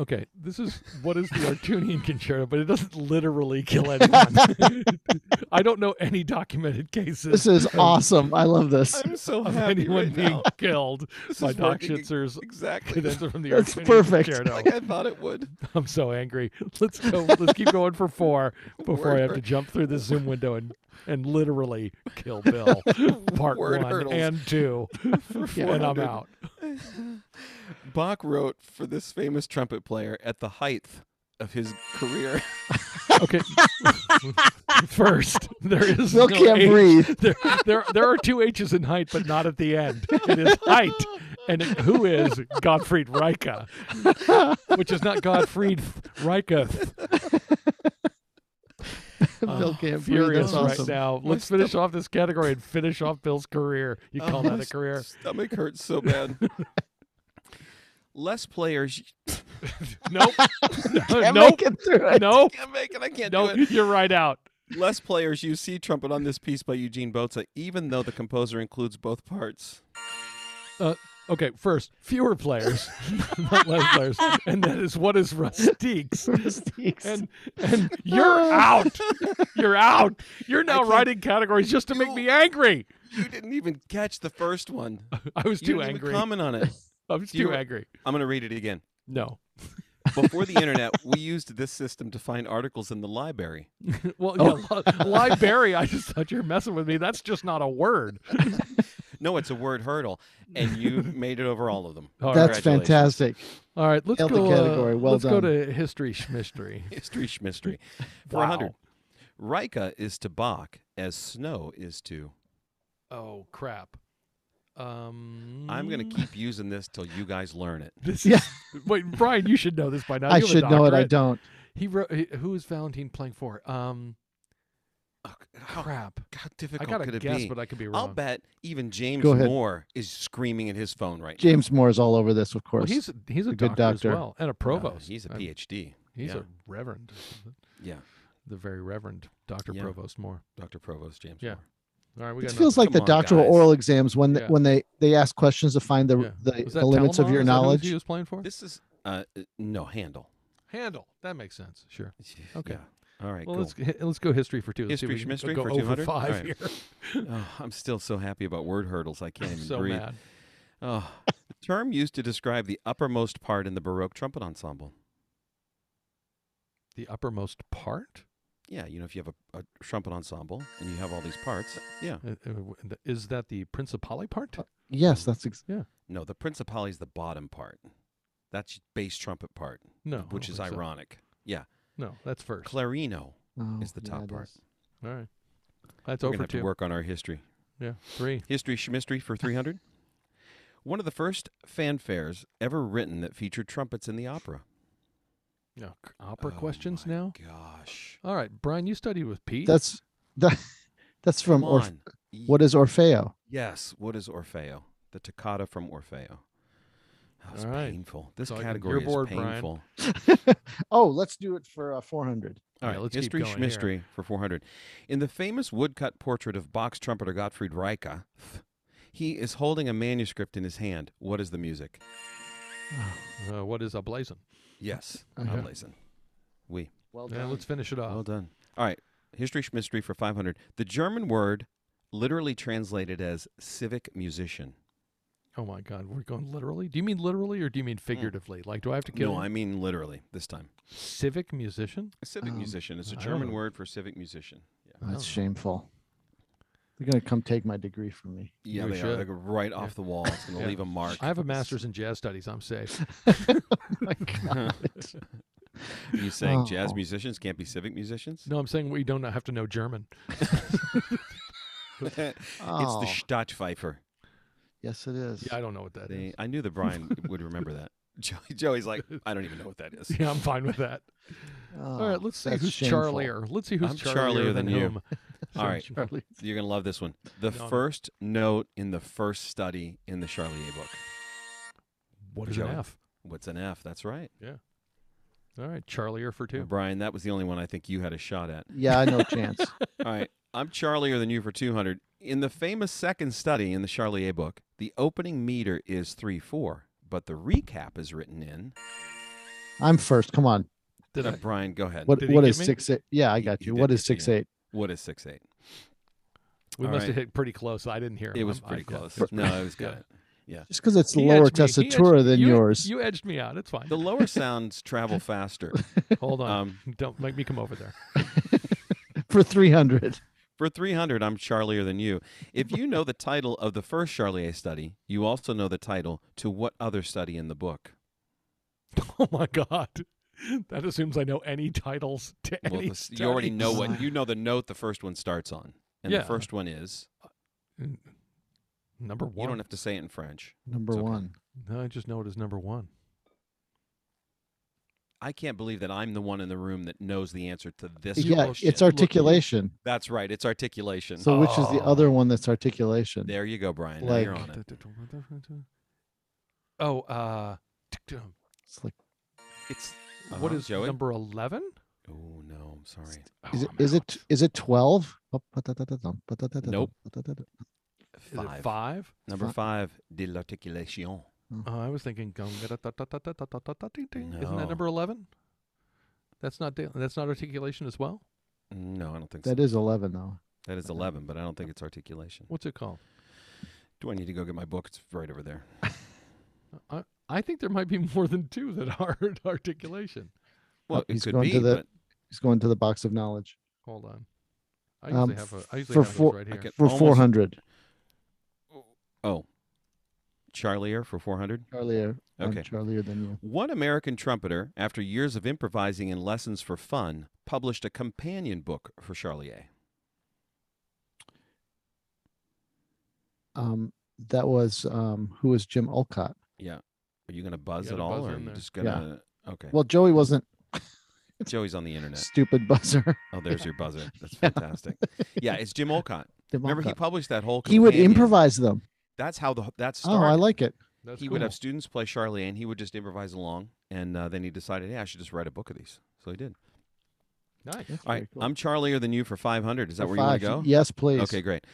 Speaker 2: Okay, this is what is the Artunian concerto, but it doesn't literally kill anyone. I don't know any documented cases
Speaker 3: This is awesome. I love this.
Speaker 1: I'm so
Speaker 2: of
Speaker 1: happy
Speaker 2: anyone
Speaker 1: right
Speaker 2: being
Speaker 1: now.
Speaker 2: killed
Speaker 1: This
Speaker 2: by
Speaker 1: is
Speaker 2: Doc
Speaker 1: working
Speaker 2: Schitzer's
Speaker 1: Exactly
Speaker 2: cadenza from the
Speaker 3: That's
Speaker 2: Artunian
Speaker 3: perfect.
Speaker 2: concerto.
Speaker 1: like I thought it would.
Speaker 2: I'm so angry. Let's go. Let's keep going for four before I have to
Speaker 1: Word-
Speaker 2: jump through the Zoom window and and literally kill Bill. Part
Speaker 1: Word
Speaker 2: one
Speaker 1: hurdles.
Speaker 2: and two, and I'm out.
Speaker 1: Bach wrote for this famous trumpet player at the height of his career.
Speaker 2: Okay. First, there is
Speaker 3: Bill
Speaker 2: no
Speaker 3: can't
Speaker 2: H.
Speaker 3: breathe.
Speaker 2: There, there, there are two H's in height, but not at the end. It is height, and it- who is Gottfried Reicha, which is not Gottfried Reicha. Oh,
Speaker 3: Bill can't breathe.
Speaker 2: furious
Speaker 3: That's
Speaker 2: right
Speaker 3: awesome.
Speaker 2: now.
Speaker 1: My
Speaker 2: Let's finish off this category and finish off Bill's career. You
Speaker 1: Oh,
Speaker 2: call
Speaker 1: my
Speaker 2: that a career?
Speaker 1: Stomach hurts so bad. Less players.
Speaker 2: Nope. nope.
Speaker 3: Can't make it through it.
Speaker 2: Nope.
Speaker 1: can't make it. I can't do it.
Speaker 2: Nope. You're right out.
Speaker 1: Less players you see trumpet on this piece by Eugene Boza, even though the composer includes both parts.
Speaker 2: Okay, first, fewer players, not less players. And that is what is rustiques.
Speaker 3: Mistakes.
Speaker 2: And and you're out. You're out. You're now
Speaker 1: can't-
Speaker 2: writing categories just to make
Speaker 1: You-
Speaker 2: me angry.
Speaker 1: You didn't even catch the first one.
Speaker 2: I was
Speaker 1: You
Speaker 2: too
Speaker 1: didn't
Speaker 2: angry.
Speaker 1: even comment on it.
Speaker 2: I was
Speaker 1: you
Speaker 2: too
Speaker 1: were-
Speaker 2: angry.
Speaker 1: I'm going to read it again.
Speaker 2: No.
Speaker 1: Before the internet, we used this system to find articles in the library.
Speaker 2: Well,
Speaker 3: Oh.
Speaker 2: yeah, li- library. I just thought you're messing with me. That's just not a word.
Speaker 1: No, it's a word hurdle, and you made it over all of them.
Speaker 2: All right.
Speaker 3: That's
Speaker 1: Congratulations.
Speaker 3: fantastic.
Speaker 2: All right, let's
Speaker 3: Nailed the
Speaker 2: go. uh,
Speaker 3: category. Well
Speaker 2: let's go
Speaker 3: done.
Speaker 2: to history schmistery.
Speaker 1: History schmistery. For a
Speaker 2: Wow.
Speaker 1: 100. Rika is to Bach as snow is to.
Speaker 2: Oh crap. Um,
Speaker 1: I'm going to keep using this till you guys learn it.
Speaker 2: This
Speaker 3: Yeah.
Speaker 2: is- wait, Brian, you should know this by now.
Speaker 3: I
Speaker 2: You have a
Speaker 3: should know it. I
Speaker 2: doctorate.
Speaker 3: don't.
Speaker 2: He wrote. he- Who is Valentine playing for? Um,
Speaker 1: Oh, how,
Speaker 2: crap.
Speaker 1: how
Speaker 2: I
Speaker 1: difficult
Speaker 2: got
Speaker 1: could
Speaker 2: to
Speaker 1: it
Speaker 2: guess,
Speaker 1: be?
Speaker 2: but I could be wrong.
Speaker 1: I'll bet even James
Speaker 3: Go ahead.
Speaker 1: Moore is screaming at his phone right now.
Speaker 3: James Moore is all over this, of
Speaker 2: Well,
Speaker 3: course.
Speaker 2: he's a, he's a,
Speaker 3: a
Speaker 2: doctor,
Speaker 3: good
Speaker 2: as
Speaker 3: doctor.
Speaker 2: well, and a
Speaker 1: Uh,
Speaker 2: provost.
Speaker 1: he's a
Speaker 2: I-
Speaker 1: PhD.
Speaker 2: He's
Speaker 1: yeah.
Speaker 2: a reverend, or something.
Speaker 1: Yeah.
Speaker 2: the very reverend Doctor
Speaker 1: Yeah.
Speaker 2: Provost Moore.
Speaker 1: Dr. Provost James
Speaker 2: Yeah.
Speaker 1: Moore.
Speaker 2: All right, we
Speaker 3: it
Speaker 2: got.
Speaker 3: feels like
Speaker 1: Come
Speaker 3: the
Speaker 1: on,
Speaker 3: doctoral
Speaker 1: guys.
Speaker 3: oral exams when th-
Speaker 2: Yeah.
Speaker 3: when they they ask questions to find the
Speaker 2: another- yeah.
Speaker 3: the,
Speaker 2: Was
Speaker 3: the
Speaker 2: that
Speaker 3: limits of
Speaker 2: Telemann?
Speaker 3: your
Speaker 2: Is that who
Speaker 3: knowledge.
Speaker 2: He was playing for
Speaker 1: This is uh, uh, no handle.
Speaker 2: Handle. That makes sense. Sure. Okay.
Speaker 1: Yeah. All right.
Speaker 2: well,
Speaker 1: cool.
Speaker 2: let's hi- let's go history for two. Let's see if
Speaker 1: History
Speaker 2: we can
Speaker 1: schmistery
Speaker 2: go
Speaker 1: for
Speaker 2: over
Speaker 1: 200? All
Speaker 2: five
Speaker 1: right.
Speaker 2: here.
Speaker 1: Oh, I'm still so happy about word hurdles. I can't
Speaker 2: I'm
Speaker 1: even
Speaker 2: so
Speaker 1: breathe.
Speaker 2: mad.
Speaker 1: Oh, the term used to describe the uppermost part in the Baroque trumpet ensemble.
Speaker 2: The uppermost part.
Speaker 1: Yeah, you know, if you have a, a trumpet ensemble and you have all these parts. Yeah.
Speaker 2: Uh, uh, w- th- Is that the principale part?
Speaker 1: Uh,
Speaker 3: Yes, that's ex-
Speaker 1: No, the principale is the bottom part. That's bass trumpet part,
Speaker 2: No, I
Speaker 1: which
Speaker 2: don't
Speaker 1: is
Speaker 2: think so.
Speaker 1: ironic.
Speaker 2: No, that's first.
Speaker 1: Clarino.
Speaker 3: oh,
Speaker 1: It's the top
Speaker 3: it
Speaker 1: part.
Speaker 3: is.
Speaker 2: All right, that's
Speaker 1: We're
Speaker 2: over
Speaker 1: gonna have
Speaker 2: two.
Speaker 1: to work on our history.
Speaker 2: Yeah, three.
Speaker 1: History Schmistery for 300. One of the first fanfares ever written that featured trumpets in the opera.
Speaker 2: No c- opera
Speaker 1: Oh
Speaker 2: questions
Speaker 1: my
Speaker 2: now.
Speaker 1: Gosh.
Speaker 2: All right, Brian, you studied with Pete.
Speaker 3: That's that, that's from
Speaker 1: Come
Speaker 3: Orf-
Speaker 1: on. Ye-
Speaker 3: what is Orfeo?
Speaker 1: Yes. What is Orfeo? The toccata from Orfeo. That was
Speaker 2: All right.
Speaker 1: painful. This
Speaker 2: It's all good. You're
Speaker 1: category
Speaker 2: bored,
Speaker 1: is
Speaker 2: Brian.
Speaker 1: painful.
Speaker 3: oh, let's do it for uh, 400.
Speaker 1: All
Speaker 2: Yeah,
Speaker 1: right,
Speaker 2: let's keep
Speaker 1: history
Speaker 2: going here.
Speaker 1: schmistery for 400. In the famous woodcut portrait of Bach's trumpeter Gottfried Reicha, he is holding a manuscript in his hand. What is the music?
Speaker 2: uh, what is a blazon?
Speaker 1: Yes,
Speaker 3: Okay.
Speaker 2: Uh-huh.
Speaker 1: Ablazen. We.
Speaker 3: Well
Speaker 2: Yeah, let's finish it off.
Speaker 1: Well done. All right, history schmistery for 500. The German word literally translated as civic musician.
Speaker 2: oh my God, we're going literally. Do you mean literally or do you mean figuratively? Like, do I have to kill
Speaker 1: Hmm. No,
Speaker 2: him?
Speaker 1: I mean literally this time.
Speaker 2: civic musician?
Speaker 1: A civic
Speaker 3: Um,
Speaker 1: musician is a
Speaker 2: I don't
Speaker 1: German
Speaker 2: know.
Speaker 1: word for civic musician. Yeah,
Speaker 3: that's
Speaker 2: Oh.
Speaker 3: shameful. They're going to come take my degree from me.
Speaker 1: yeah
Speaker 2: You
Speaker 1: they are.
Speaker 2: should.
Speaker 1: They go right off the wall. It's going to
Speaker 2: Yeah.
Speaker 1: leave a mark.
Speaker 2: I have a master's in jazz studies. I'm safe.
Speaker 3: Oh My God.
Speaker 1: you saying jazz
Speaker 3: Oh.
Speaker 1: musicians can't be civic musicians?
Speaker 2: No, I'm saying we don't have to know German.
Speaker 1: It's
Speaker 3: Oh,
Speaker 1: the Stadtpfeifer.
Speaker 3: yes, it is.
Speaker 2: Yeah, I don't know what that is.
Speaker 1: They, I knew that Brian would remember that. Joey, Joey's like, I don't even know what that is.
Speaker 2: Yeah, I'm fine with that. All right,
Speaker 3: Oh,
Speaker 2: let's see
Speaker 3: that's
Speaker 2: who's
Speaker 3: shameful.
Speaker 2: Charlier. Let's see who's Er
Speaker 1: I'm
Speaker 2: Charlier
Speaker 1: Charlier than you. Er.
Speaker 2: whom.
Speaker 1: All
Speaker 2: So
Speaker 1: right.
Speaker 2: Charlie-
Speaker 1: You're gonna love this one. The
Speaker 2: No, no.
Speaker 1: first note in the first study in the Charlier book.
Speaker 2: What is an
Speaker 1: Joey.
Speaker 2: F?
Speaker 1: What's an F? That's right.
Speaker 2: All right, Charlier for two.
Speaker 1: Brian, that was the only one I think you had a shot at.
Speaker 3: Yeah, no chance.
Speaker 1: All right. I'm Charlier than you for 200. In the famous second study in the Charlier book, the opening meter is 3 4, but the recap is written in.
Speaker 3: I'm first. Come on.
Speaker 2: Did
Speaker 1: Uh,
Speaker 2: I?
Speaker 1: Brian, go ahead.
Speaker 3: What
Speaker 2: Did he
Speaker 3: what
Speaker 2: get
Speaker 3: is
Speaker 2: me?
Speaker 3: six eight? Yeah, I
Speaker 1: He-
Speaker 3: got
Speaker 1: he
Speaker 3: you.
Speaker 1: did
Speaker 3: What
Speaker 1: get
Speaker 3: is
Speaker 1: you.
Speaker 3: six eight?
Speaker 1: What is 6 8?
Speaker 2: We
Speaker 1: all
Speaker 2: must
Speaker 1: right.
Speaker 2: have hit pretty close. I didn't hear.
Speaker 1: It
Speaker 2: him.
Speaker 1: was
Speaker 2: I'm-
Speaker 1: pretty
Speaker 2: I- yeah,
Speaker 1: close.
Speaker 2: that's
Speaker 1: No,
Speaker 2: pretty-
Speaker 1: it was
Speaker 2: yeah.
Speaker 1: good.
Speaker 3: Just because it's
Speaker 2: He edged me.
Speaker 3: lower
Speaker 2: He edged-
Speaker 3: tessitura than
Speaker 2: you-
Speaker 3: yours.
Speaker 2: You edged me out. It's fine.
Speaker 1: The lower sounds travel faster.
Speaker 2: Hold on.
Speaker 1: Um,
Speaker 2: Don't make me come over there.
Speaker 3: for three hundred.
Speaker 1: For 300, I'm Charlier than you. If you know the title of the first Charlier study, you also know the title to what other study in the book?
Speaker 2: Oh my god. That assumes I know any titles to
Speaker 1: Well,
Speaker 2: any.
Speaker 1: the s- you already know what
Speaker 3: study.
Speaker 1: you know the note the first one starts on, and
Speaker 2: Yeah.
Speaker 1: the first one is.
Speaker 2: Mm. Number
Speaker 1: You
Speaker 2: one.
Speaker 1: don't have to say it in French.
Speaker 3: Number
Speaker 1: It's okay.
Speaker 3: one.
Speaker 2: No, I just know it as number one.
Speaker 1: I can't believe that I'm the one in the room that knows the answer to this
Speaker 2: You-
Speaker 3: yeah,
Speaker 2: oh,
Speaker 1: question.
Speaker 2: shit.
Speaker 3: it's
Speaker 2: Look, you-
Speaker 3: articulation.
Speaker 1: That's right. It's articulation.
Speaker 3: So which is the
Speaker 2: Oh.
Speaker 3: other one that's articulation?
Speaker 1: there you go, Brian. Now you're on
Speaker 3: Like-
Speaker 1: it.
Speaker 2: Oh, uh, t- t-
Speaker 3: It's like
Speaker 1: It's
Speaker 2: what
Speaker 1: Uh-huh,
Speaker 2: is
Speaker 1: Joey?
Speaker 2: number eleven?
Speaker 1: Oh no, I'm sorry.
Speaker 2: Oh
Speaker 3: is it is it is it twelve? Oh, Nope.
Speaker 2: Is
Speaker 1: Five.
Speaker 2: it five?
Speaker 1: Number
Speaker 3: Fi-
Speaker 1: five, de l'articulation.
Speaker 2: Oh, I was thinking. gum, gada, ta, ta, ta, ta, ta, ta, ta, ta, ting, ting. Isn't
Speaker 1: No.
Speaker 2: that number eleven? That's not da- that's not articulation as well.
Speaker 1: No, I don't think
Speaker 3: That
Speaker 1: so.
Speaker 3: is eleven though.
Speaker 1: that is eleven, but I don't think it's articulation.
Speaker 2: What's it called?
Speaker 1: Do I need to go get my book? It's right over there.
Speaker 2: I I think there might be more than two that are articulation.
Speaker 1: Well, it
Speaker 3: he's
Speaker 1: could
Speaker 3: gone
Speaker 1: be,
Speaker 3: to the-
Speaker 1: but
Speaker 3: He's going to the box of knowledge
Speaker 2: Hold on. I
Speaker 3: Um,
Speaker 2: usually have a I usually
Speaker 3: for
Speaker 2: have
Speaker 3: four-
Speaker 2: those right
Speaker 1: I
Speaker 2: here.
Speaker 1: could
Speaker 3: for
Speaker 1: almost-
Speaker 3: four hundred.
Speaker 1: Oh, Charlier for 400.
Speaker 3: Charlier. I'm
Speaker 1: Okay.
Speaker 3: Charlier than you.
Speaker 1: One American trumpeter, after years of improvising and lessons for fun, published a companion book for Charlier.
Speaker 3: Um, that was um, who was Jim Olcott?
Speaker 1: Yeah. Are you going to buzz at
Speaker 2: gotta
Speaker 1: all,
Speaker 2: buzz
Speaker 1: or are
Speaker 2: in
Speaker 1: you
Speaker 2: there.
Speaker 1: just
Speaker 3: Yeah.
Speaker 1: going to? Okay.
Speaker 3: Well, Joey wasn't
Speaker 1: Joey's on the internet.
Speaker 3: stupid buzzer.
Speaker 1: Oh, there's your buzzer. That's
Speaker 3: Yeah.
Speaker 1: fantastic. Yeah, it's Jim Olcott.
Speaker 3: Jim
Speaker 1: Remember, he
Speaker 3: Olcott.
Speaker 1: published that whole.
Speaker 3: he, would
Speaker 1: companion.
Speaker 3: improvise them.
Speaker 1: That's how the that
Speaker 3: Oh, I
Speaker 1: started.
Speaker 3: like it.
Speaker 2: That's
Speaker 1: he would have students play Charlier, and he would just improvise along. And uh, then he decided, hey, I should just write a book of these. So he did.
Speaker 2: nice.
Speaker 3: That's
Speaker 1: All
Speaker 3: very
Speaker 1: right,
Speaker 3: cool.
Speaker 1: I'm Charlier than you for 500. Is that
Speaker 3: For
Speaker 1: where you want to go?
Speaker 3: five, Yes, please.
Speaker 1: Okay, great.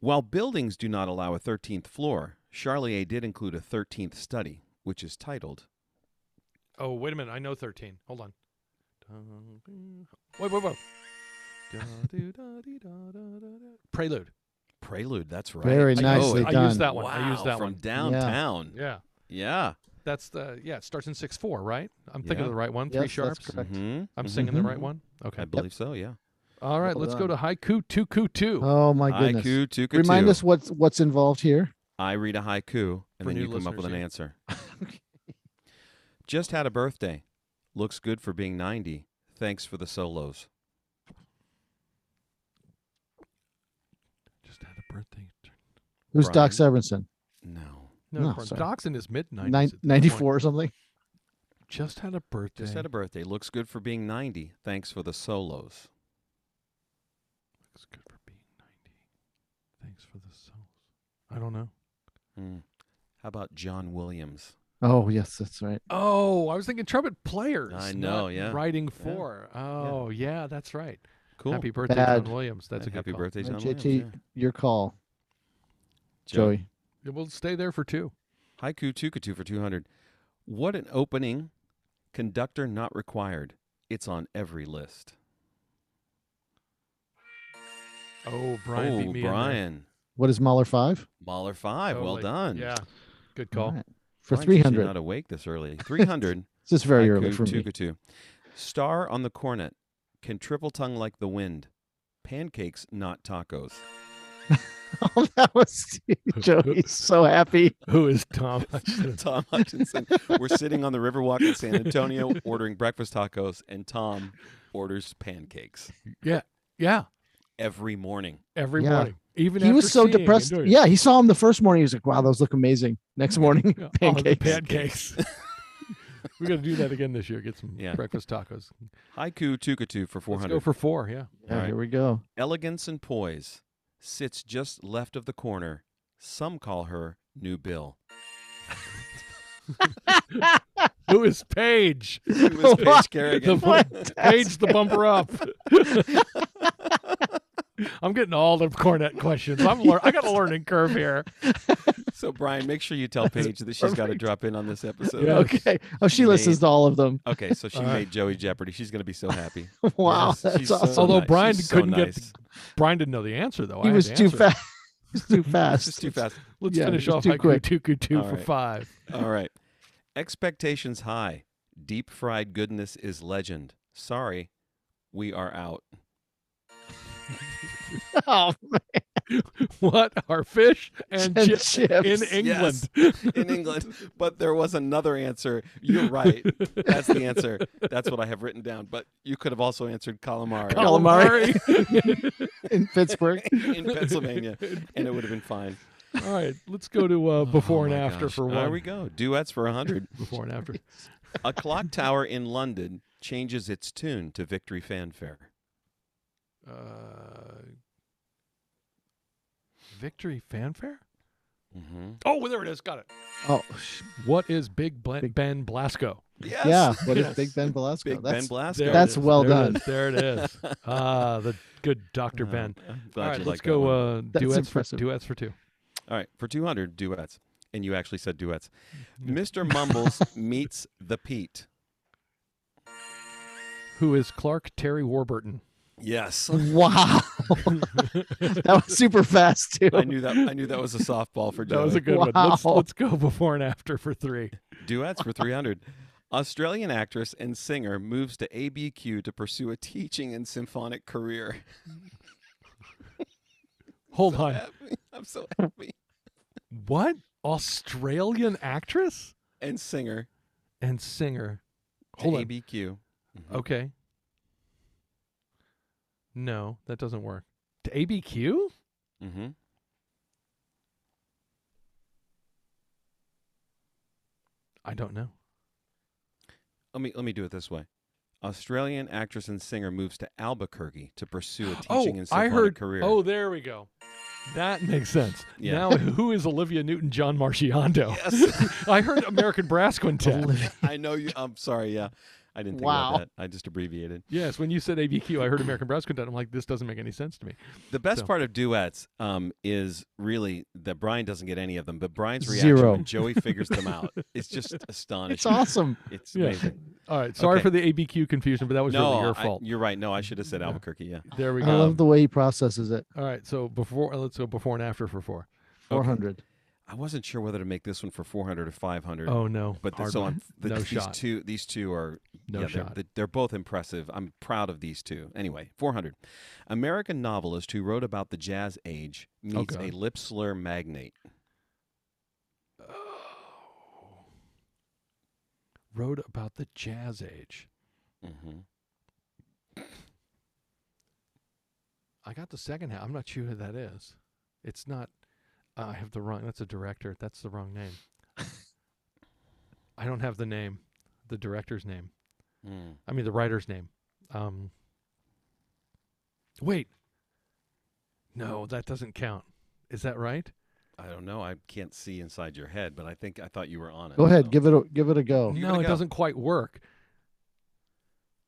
Speaker 1: While buildings do not allow a 13th floor, Charlier did include a 13th study, which is titled
Speaker 2: Oh, wait a minute. I know 13. Hold on. Wait, wait, wait. Da, do, da, dee, da, da, da, da. Prelude.
Speaker 1: Prelude. That's right.
Speaker 3: Very
Speaker 2: I
Speaker 1: Oh,
Speaker 3: nicely
Speaker 2: used, I
Speaker 3: done.
Speaker 2: used that one. I used
Speaker 1: wow,
Speaker 2: that
Speaker 1: from
Speaker 2: one.
Speaker 1: downtown. Yeah.
Speaker 2: Yeah. That's the, yeah, it starts in 6 4, right? I'm thinking
Speaker 1: Yeah.
Speaker 2: of the right one. Three
Speaker 3: Yes, that's
Speaker 2: sharps.
Speaker 3: correct. Correct.
Speaker 1: Mhm,
Speaker 2: I'm
Speaker 1: mhm.
Speaker 2: singing the right
Speaker 3: Mhm.
Speaker 2: one. Okay.
Speaker 1: I believe so, yeah.
Speaker 2: All right.
Speaker 3: Well
Speaker 2: let's go to
Speaker 3: done.
Speaker 2: haiku 2 ku 2.
Speaker 1: Uh,
Speaker 3: Oh my goodness.
Speaker 1: Haiku, tuku,
Speaker 3: Remind
Speaker 1: two.
Speaker 3: us what's what's involved here.
Speaker 1: I read a haiku, and
Speaker 2: For
Speaker 1: then
Speaker 2: new
Speaker 1: you come up with an
Speaker 2: listeners, yeah.
Speaker 1: answer. Just had a birthday. Looks good for being 90. Thanks for the solos.
Speaker 2: Just had a birthday. turn-
Speaker 3: Who's Doc
Speaker 1: Brian.
Speaker 3: Severinsen?
Speaker 1: No.
Speaker 2: No,
Speaker 3: No,
Speaker 2: no
Speaker 3: sorry.
Speaker 2: Doc's in his mid 90s.
Speaker 3: Nine- 94 or something?
Speaker 2: Just had a birthday.
Speaker 1: Just had a birthday. Looks good for being 90. Thanks for the solos.
Speaker 2: Looks good for being 90. Thanks for the souls. I don't know.
Speaker 1: Mm. How about John Williams?
Speaker 3: Oh, yes, that's right.
Speaker 2: Oh, I was thinking trumpet players.
Speaker 1: I
Speaker 2: not
Speaker 1: know, yeah.
Speaker 2: Writing for. Oh, yeah. that's right.
Speaker 1: Cool.
Speaker 2: Happy birthday,
Speaker 3: Bad.
Speaker 2: John Williams. That's a
Speaker 1: Uh,
Speaker 2: good
Speaker 1: happy
Speaker 2: call.
Speaker 1: birthday,
Speaker 3: Uh,
Speaker 1: John
Speaker 3: JT,
Speaker 1: Williams. yeah.
Speaker 3: your call,
Speaker 1: Joe.
Speaker 3: Joey.
Speaker 2: Yeah, We'll stay there for two.
Speaker 1: Haiku Tukatu for 200. What an opening. Conductor not required. It's on every list.
Speaker 2: Oh, Brian beat
Speaker 1: oh,
Speaker 2: me. in there.
Speaker 1: Brian.
Speaker 3: What is Mahler 5?
Speaker 1: Mahler 5. well
Speaker 2: Totally.
Speaker 1: done.
Speaker 2: Yeah. Good call.
Speaker 3: For
Speaker 1: Brian's usually
Speaker 3: 300.
Speaker 1: Not awake this early. 300.
Speaker 3: This is very early
Speaker 1: Haiku
Speaker 3: for me.
Speaker 1: Tukatu. Star on the cornet. Can triple tongue like the wind. Pancakes, not tacos.
Speaker 3: Oh, that was Joey's so happy.
Speaker 2: Who is Tom? I should've-
Speaker 1: Tom Hutchinson. We're sitting on the Riverwalk in San Antonio ordering breakfast tacos, and Tom orders pancakes
Speaker 2: yeah.
Speaker 1: every morning.
Speaker 2: Every
Speaker 3: Yeah.
Speaker 2: morning. Even
Speaker 3: He
Speaker 2: after
Speaker 3: was so
Speaker 2: seeing and
Speaker 3: depressed.
Speaker 2: doing it.
Speaker 3: Yeah, he saw him the first morning. He was like, wow, those look amazing. Next morning,
Speaker 2: Yeah, all Oh, the
Speaker 3: pancakes.
Speaker 2: pancakes. we got to do that again this year. Get some
Speaker 1: Yeah.
Speaker 2: breakfast tacos.
Speaker 1: Haiku Tukatu for
Speaker 2: Let's
Speaker 1: 400.
Speaker 2: go for four. Yeah.
Speaker 3: Yeah,
Speaker 1: All right.
Speaker 3: Here we go.
Speaker 1: Elegance and poise sits just left of the corner. Some call her New Bill.
Speaker 2: Who is Paige?
Speaker 1: It was Paige
Speaker 3: What?
Speaker 1: Kerrigan.
Speaker 2: The-
Speaker 3: Fantastic.
Speaker 2: Paige the bumper up. I'm getting all the cornet questions. I'm lear- I got a learning curve here.
Speaker 1: so, Brian, make sure you tell Paige that she's got to drop in on this episode.
Speaker 2: Yeah.
Speaker 3: Okay. Oh, she listens to all of them.
Speaker 1: Okay, so she
Speaker 2: All right.
Speaker 1: made Joey Jeopardy. She's going to be so happy.
Speaker 3: Wow,
Speaker 1: Yes, she's uh,
Speaker 3: that's
Speaker 1: so
Speaker 3: awesome.
Speaker 2: Although
Speaker 1: nice.
Speaker 2: Brian
Speaker 1: She's
Speaker 2: couldn't
Speaker 1: so
Speaker 2: get
Speaker 1: nice.
Speaker 2: Brian didn't know the answer though. Oh, I
Speaker 3: he
Speaker 2: had
Speaker 3: was
Speaker 2: to
Speaker 3: too
Speaker 2: answer it.
Speaker 3: fast. He's too
Speaker 1: This is
Speaker 3: fast.
Speaker 1: too fast.
Speaker 2: Let's
Speaker 3: Yeah,
Speaker 2: finish
Speaker 3: it was
Speaker 2: off
Speaker 3: too
Speaker 2: haiku
Speaker 3: quick.
Speaker 2: two two
Speaker 1: All
Speaker 2: for
Speaker 1: right.
Speaker 2: five.
Speaker 1: All right. Expectations high. Deep fried goodness is legend. Sorry, we are out.
Speaker 3: Oh,
Speaker 2: What are fish and
Speaker 3: and
Speaker 2: chips in
Speaker 3: chips.
Speaker 2: England?
Speaker 1: In England, but there was another answer. You're right. That's the answer. That's what I have written down. But you could have also answered calamari
Speaker 3: Calamari.
Speaker 2: Calamari.
Speaker 3: in Pittsburgh.
Speaker 1: in Pennsylvania, and it would have been fine.
Speaker 2: All right, let's go to uh, before
Speaker 1: Oh
Speaker 2: and
Speaker 1: my
Speaker 2: after
Speaker 1: gosh.
Speaker 2: for one.
Speaker 1: There we go. Duets for a 100.
Speaker 2: Before and after.
Speaker 1: A clock tower in London changes its tune to victory fanfare.
Speaker 2: Uh, victory fanfare.
Speaker 1: Mm-hmm.
Speaker 2: Oh, there it is. Got it.
Speaker 3: Oh,
Speaker 2: What is Big, Bla-
Speaker 3: Big-
Speaker 2: Ben Blasco?
Speaker 1: Yes.
Speaker 3: yeah. What is
Speaker 2: Yes.
Speaker 3: Big Ben Velasco?
Speaker 1: Big Ben
Speaker 3: That's
Speaker 1: Blasco.
Speaker 2: There it
Speaker 3: That's
Speaker 2: is.
Speaker 3: well
Speaker 2: There it
Speaker 3: done.
Speaker 2: is. There it is. Ah, the good Doctor Ben.
Speaker 1: Uh, I'm glad
Speaker 2: All right,
Speaker 1: you
Speaker 2: let's
Speaker 1: like that
Speaker 2: go
Speaker 1: one.
Speaker 2: uh,
Speaker 3: That's
Speaker 2: duets for
Speaker 3: impressive.
Speaker 2: duets for two.
Speaker 1: All right, for 200 duets. And you actually said duets. Mr. Mumbles meets the Pete.
Speaker 2: Who is Clark Terry Warburton?
Speaker 1: Yes.
Speaker 3: wow. that was super fast too.
Speaker 1: I knew that I knew that was a softball for
Speaker 2: That was a
Speaker 1: Joey.
Speaker 2: good one. Let's,
Speaker 3: Wow.
Speaker 2: let's go before and after for three.
Speaker 1: duets for 300. Australian actress and singer moves to ABQ to pursue a teaching and symphonic career.
Speaker 2: Hold on.
Speaker 1: Happy. I'm so happy.
Speaker 2: What? Australian actress
Speaker 1: And singer
Speaker 2: and singer.
Speaker 1: to
Speaker 2: Hold on.
Speaker 1: ABQ. Mhm.
Speaker 2: Okay. No, that doesn't work. To ABQ?
Speaker 1: Mhm.
Speaker 2: I don't know.
Speaker 1: Let me let me do it this way. Australian actress and singer moves to Albuquerque to pursue a teaching
Speaker 2: Oh,
Speaker 1: and
Speaker 2: I
Speaker 1: symphonic
Speaker 2: heard.
Speaker 1: career.
Speaker 2: Oh, there we go. That makes sense.
Speaker 1: Yeah.
Speaker 2: Now, who is Olivia Newton John Marchiondo?
Speaker 1: yes.
Speaker 2: I heard American Brass Quintet.
Speaker 3: Olivia-
Speaker 1: I know you. I'm sorry. Yeah, I didn't think
Speaker 3: Wow.
Speaker 1: about that. I just abbreviated.
Speaker 2: yes, when you said ABQ, I heard American Brass Quintet. I'm like, this doesn't make any sense to me.
Speaker 1: The best
Speaker 2: So-
Speaker 1: part of duets um, is really that Brian doesn't get any of them, but Brian's reaction
Speaker 3: Zero.
Speaker 1: when Joey figures them out is just
Speaker 3: It's
Speaker 1: astonishing.
Speaker 3: awesome.
Speaker 1: It's
Speaker 2: Yeah.
Speaker 1: amazing.
Speaker 2: All right. Sorry
Speaker 1: Okay.
Speaker 2: for the ABQ confusion, but that was
Speaker 1: no,
Speaker 2: really your
Speaker 1: I-
Speaker 2: fault.
Speaker 1: you're right. No, I should have said
Speaker 2: Yeah.
Speaker 1: Albuquerque. Yeah.
Speaker 2: there we
Speaker 3: I
Speaker 2: go.
Speaker 3: love the way he processes it.
Speaker 2: All right. So before, let's go before and after for four.
Speaker 3: Four hundred.
Speaker 1: I wasn't sure whether to make this one for 400 or 500.
Speaker 2: Oh no.
Speaker 1: But the,
Speaker 2: Hard
Speaker 1: so
Speaker 2: one.
Speaker 1: I'm, the,
Speaker 2: no
Speaker 1: these
Speaker 2: shot.
Speaker 1: two, these two are
Speaker 2: no
Speaker 1: yeah, they're-
Speaker 2: shot.
Speaker 1: They're, they're both impressive. I'm proud of these two. Anyway, 400. American novelist who wrote about the jazz age meets
Speaker 2: Okay.
Speaker 1: a lip slur magnate.
Speaker 2: Wrote about the jazz age.
Speaker 1: hmm
Speaker 2: I got the second half. I'm not sure who that is. It's not. Uh, I have the wrong. That's a director. That's the wrong name. I don't have the name, the director's name.
Speaker 1: Mm.
Speaker 2: I mean the writer's name. Um. Wait. No, that doesn't count. Is that right?
Speaker 1: I don't know. I can't see inside your head, but I think I thought you were on it.
Speaker 3: Go
Speaker 1: so
Speaker 3: ahead, give it a give it a go.
Speaker 1: Give it
Speaker 2: no,
Speaker 1: a
Speaker 2: it
Speaker 1: Oh, go.
Speaker 2: doesn't quite work.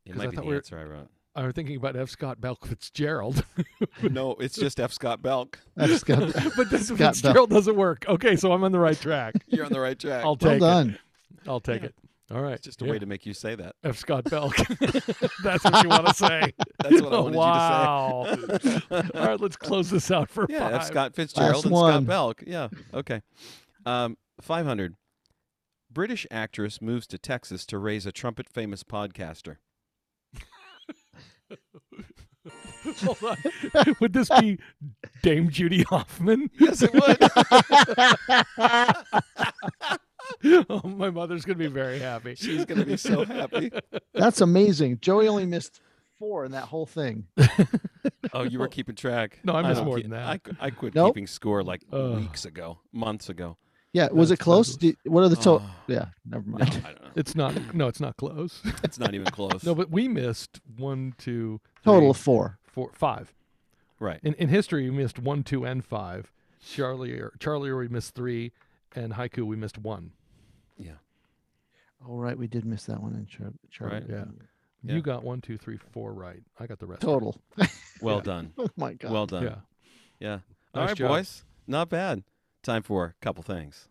Speaker 1: It
Speaker 2: 'cause
Speaker 1: might
Speaker 2: I
Speaker 1: be the
Speaker 2: thought we were-
Speaker 1: answer I wrote.
Speaker 2: I was thinking about F. Scott Bell Fitzgerald.
Speaker 1: no, it's just F. Scott Belk.
Speaker 3: That's good.
Speaker 2: but this
Speaker 3: Scott Bell.
Speaker 2: Fitzgerald doesn't work. Okay, so I'm on the right track.
Speaker 1: You're on the right track.
Speaker 2: I'll
Speaker 3: Well
Speaker 2: take it.
Speaker 3: done.
Speaker 2: I'll take
Speaker 1: Yeah.
Speaker 2: it. All right.
Speaker 1: it's just a
Speaker 2: yeah.
Speaker 1: way to make you say that.
Speaker 2: F. Scott Belk. That's what you want to say.
Speaker 1: That's what I wanted
Speaker 2: wow.
Speaker 1: you to say.
Speaker 2: All right, let's close this out for
Speaker 1: yeah,
Speaker 2: five.
Speaker 1: F. Scott Fitzgerald
Speaker 3: Last
Speaker 1: and
Speaker 3: one.
Speaker 1: Scott Belk. Yeah, okay. Um, 500. British actress moves to Texas to raise a trumpet famous podcaster.
Speaker 2: Hold on. Would this be Dame Judy Hoffman?
Speaker 1: Yes, it would.
Speaker 2: oh, my mother's gonna be very happy.
Speaker 1: She's going to be so happy.
Speaker 3: That's amazing. Joey only missed four in that whole thing.
Speaker 1: Oh, you were keeping track.
Speaker 2: No, I miss
Speaker 1: don't
Speaker 2: more
Speaker 1: keep-
Speaker 2: than that.
Speaker 1: I, qu- I quit
Speaker 3: Nope.
Speaker 1: keeping score like
Speaker 2: Ugh.
Speaker 1: weeks ago, months ago.
Speaker 3: Yeah, was it
Speaker 2: That's
Speaker 3: close?
Speaker 2: fabulous.
Speaker 3: Did- what are the so?
Speaker 1: Oh,
Speaker 3: Yeah, never
Speaker 1: no,
Speaker 3: mind.
Speaker 1: I don't know.
Speaker 2: It's not. No, it's not close.
Speaker 1: It's not even close.
Speaker 2: no, but we missed one, two,
Speaker 3: Total of
Speaker 2: three,
Speaker 3: four.
Speaker 2: four, five.
Speaker 1: right.
Speaker 2: In in history, we missed one, two, and five. Charlie, Charlie, we missed three, and haiku, we missed one.
Speaker 3: Oh right, we did miss that one in Char- Charlie.
Speaker 1: Right.
Speaker 2: Yeah.
Speaker 1: Yeah.
Speaker 2: You got one, two, three, four right. I got the rest. right.
Speaker 3: Total.
Speaker 1: Well
Speaker 2: Yeah.
Speaker 1: done.
Speaker 3: Oh my god.
Speaker 1: Well done.
Speaker 2: Yeah.
Speaker 1: Yeah. All
Speaker 2: Nice
Speaker 1: right,
Speaker 2: job.
Speaker 1: boys. Not bad. Time for a couple things.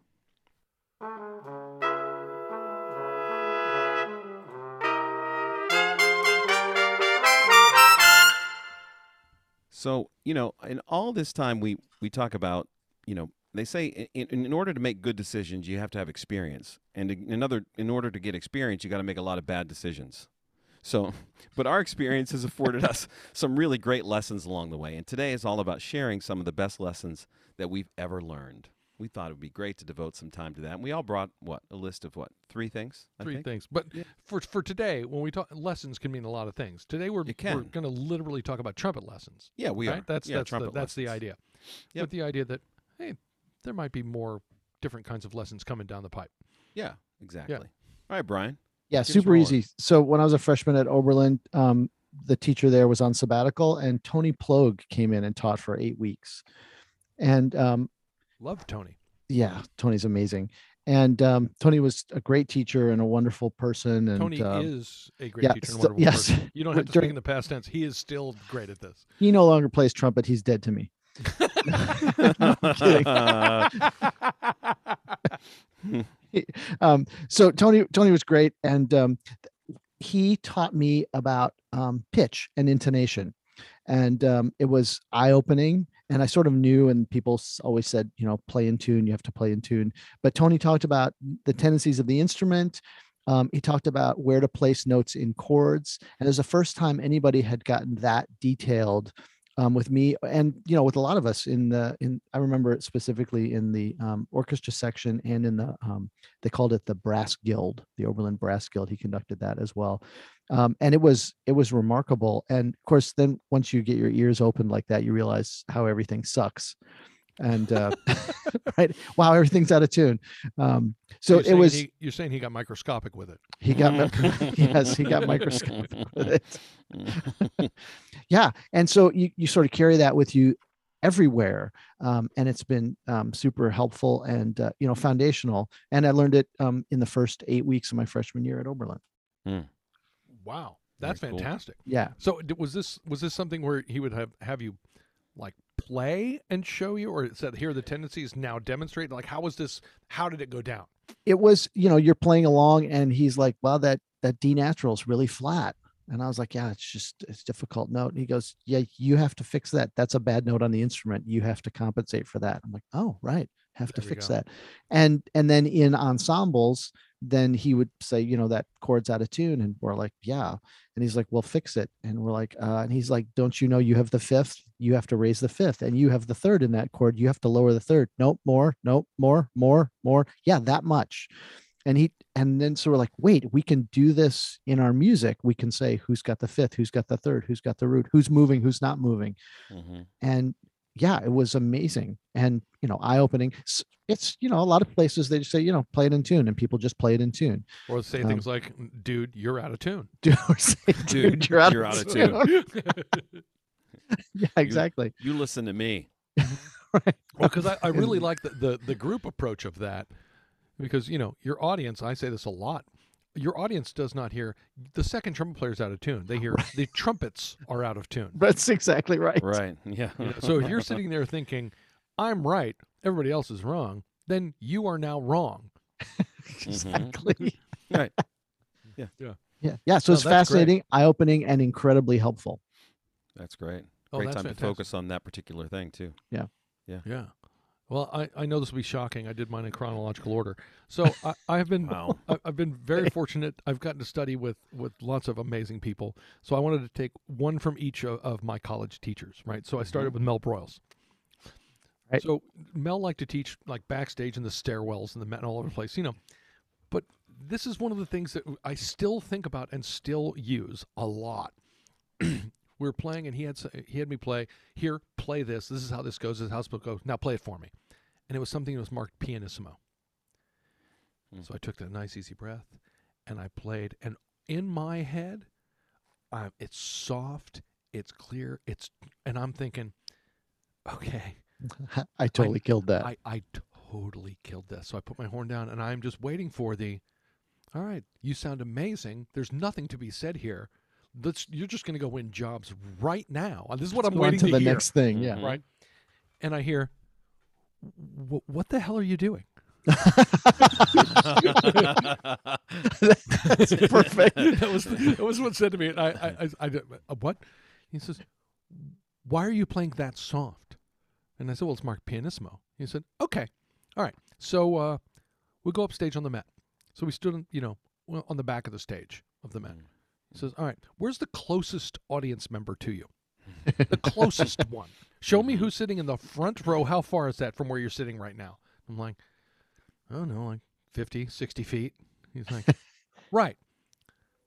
Speaker 1: So, you know, in all this time we we talk about, you know, they say in, in in order to make good decisions, you have to have experience. And in another in order to get experience, you got to make a lot of bad decisions. So, but our experience has afforded us some really great lessons along the way. And today is all about sharing some of the best lessons that we've ever learned. We thought it would be great to devote some time to that. And we all brought what? A list of what? Three things? I
Speaker 2: Three
Speaker 1: think?
Speaker 2: things. But
Speaker 1: Yeah.
Speaker 2: for for today, when we talk lessons can mean a lot of things. Today we're
Speaker 1: It
Speaker 2: we're
Speaker 1: can.
Speaker 2: going to literally talk about trumpet lessons.
Speaker 1: Yeah, we
Speaker 2: right?
Speaker 1: are.
Speaker 2: That's
Speaker 1: yeah,
Speaker 2: that's the,
Speaker 1: trumpet
Speaker 2: that's the
Speaker 1: lessons.
Speaker 2: idea.
Speaker 1: Yep.
Speaker 2: With the idea that hey, there might be more different kinds of lessons coming down the pipe.
Speaker 1: Yeah, exactly. All right, Brian. Keep
Speaker 3: Yeah,
Speaker 1: us
Speaker 3: super
Speaker 1: rolling.
Speaker 3: easy. So when I was a freshman at Oberlin, um, the teacher there was on sabbatical, and Tony Plogue came in and taught for eight weeks. And um,
Speaker 2: Love Tony.
Speaker 3: yeah, Tony's amazing. And um, Tony was a great teacher and a wonderful person. And
Speaker 2: Tony
Speaker 3: um,
Speaker 2: is a great
Speaker 3: yeah,
Speaker 2: teacher and
Speaker 3: st-
Speaker 2: wonderful
Speaker 3: yes.
Speaker 2: person. You don't have to
Speaker 3: During-
Speaker 2: speak in the past tense. He is still great at this.
Speaker 3: he no longer plays trumpet. He's dead to me. No, I'm kidding. um, so Tony Tony was great, and um, th- he taught me about um, pitch and intonation, and um, it was eye opening. And I sort of knew, and people s- always said, you know, play in tune. You have to play in tune. But Tony talked about the tendencies of the instrument. Um, he talked about where to place notes in chords, and it was the first time anybody had gotten that detailed um, with me, and you know, with a lot of us in the in. I remember it specifically in the um, orchestra section and in the um, they called it the brass guild the oberlin brass guild he conducted that as well um, and it was it was remarkable and of course then once you get your ears open like that you realize how everything sucks and uh, right wow everything's out of tune um, so
Speaker 2: You're
Speaker 3: it
Speaker 2: saying
Speaker 3: was
Speaker 2: he- you're saying he got microscopic with it.
Speaker 3: he got mi- yes he got microscopic with it yeah and so you, you sort of carry that with you everywhere um, and it's been um, super helpful and uh, you know foundational and i learned it um, in the first eight weeks of my freshman year at oberlin
Speaker 2: Wow, that's
Speaker 1: Very cool.
Speaker 2: fantastic.
Speaker 3: yeah
Speaker 2: So d- was this was this something where he would have have you like play and show you, or it said here are the tendencies now demonstrate? Like how was this? How did it go down?
Speaker 3: it was you know you're playing along and he's like wow that that d natural is really flat and i was like yeah it's just it's a difficult note and he goes yeah you have to fix that that's a bad note on the instrument you have to compensate for that i'm like oh right have to
Speaker 2: There we
Speaker 3: fix
Speaker 2: go.
Speaker 3: that and and then in ensembles then he would say you know that chord's out of tune and we're like yeah and he's like well fix it and we're like uh, and he's like don't you know you have the fifth you have to raise the fifth and you have the third in that chord you have to lower the third nope more nope more more more yeah that much and he and then so we're like wait we can do this in our music we can say who's got the fifth who's got the third who's got the root who's moving who's not moving
Speaker 1: Mhm.
Speaker 3: and yeah it was amazing and you know eye opening it's you know a lot of places they just say you know play it in tune and people just play it in tune
Speaker 2: Or say
Speaker 3: Um,
Speaker 2: things like, "Dude, you're out of tune."
Speaker 3: dude, or say,
Speaker 1: Dude,
Speaker 3: dude you're out,
Speaker 1: you're
Speaker 3: of,
Speaker 1: out of
Speaker 3: tune.
Speaker 1: tune.
Speaker 3: yeah exactly
Speaker 1: You listen to me.
Speaker 2: Well, because I, I really
Speaker 3: And-
Speaker 2: like the, the the group approach of that, because you know your audience. I say this a lot. Your audience does not hear the second trumpet player's out of tune. They hear the trumpets are out of tune.
Speaker 3: that's exactly right
Speaker 1: Right. Yeah.
Speaker 2: You know, so if you're sitting there thinking, "I'm right," everybody else is wrong, then you are now wrong.
Speaker 3: exactly
Speaker 1: Mm-hmm. Right. Yeah.
Speaker 2: Yeah.
Speaker 3: yeah yeah so
Speaker 2: No, that's
Speaker 3: it's
Speaker 2: great.
Speaker 3: fascinating eye opening and incredibly helpful
Speaker 1: That's great.
Speaker 2: Oh,
Speaker 1: great
Speaker 2: that's
Speaker 1: time to
Speaker 2: fantastic.
Speaker 1: focus on that particular thing too.
Speaker 2: Yeah. Well, I, I know this will be shocking. I did mine in chronological order. So I, I've been
Speaker 1: Wow.
Speaker 2: I- I've been very fortunate. I've gotten to study with with lots of amazing people. So I wanted to take one from each of, of my college teachers, right? So I started with Mel Broyles.
Speaker 3: Right.
Speaker 2: So Mel liked to teach like backstage in the stairwells and the Met and all over the place, you know. But this is one of the things that I still think about and still use a lot. we were playing, and he had s- he had me play here, play this. This is how this goes. This is how this goes. Now play it for me. And it was something that was marked pianissimo.
Speaker 3: Hmm.
Speaker 2: So I took that nice easy breath and I played. And in my head, um, it's soft, it's clear, it's and I'm thinking, okay,
Speaker 3: I totally killed that.
Speaker 2: I, I totally killed this. So I put my horn down and I'm just waiting for the all right, you sound amazing. There's nothing to be said here. Let's you're just gonna go win jobs right now. This is what I'm
Speaker 3: Go on
Speaker 2: waiting
Speaker 3: to the
Speaker 2: hear.
Speaker 3: next thing. Yeah.
Speaker 1: Mhm.
Speaker 2: Right. And I hear, "Wh- what the hell are you doing?
Speaker 1: Mm-hmm.
Speaker 3: That's perfect.
Speaker 2: that was that was what said to me. And I, I, I, I, uh, what? He says, why are you playing that soft? And I said, well, it's Mark Pianissimo. He said, okay, all right. So uh, we go upstage on the Met. So we stood, on, you know, well, on the back of the stage of the Met.
Speaker 1: Mm.
Speaker 2: He says, all right, where's the closest audience member to you? the closest one. Show
Speaker 1: Mm-hmm.
Speaker 2: me who's sitting in the front row. How far is that from where you're sitting right now? I'm like, I don't know, like 50, 60 feet. He's like, right.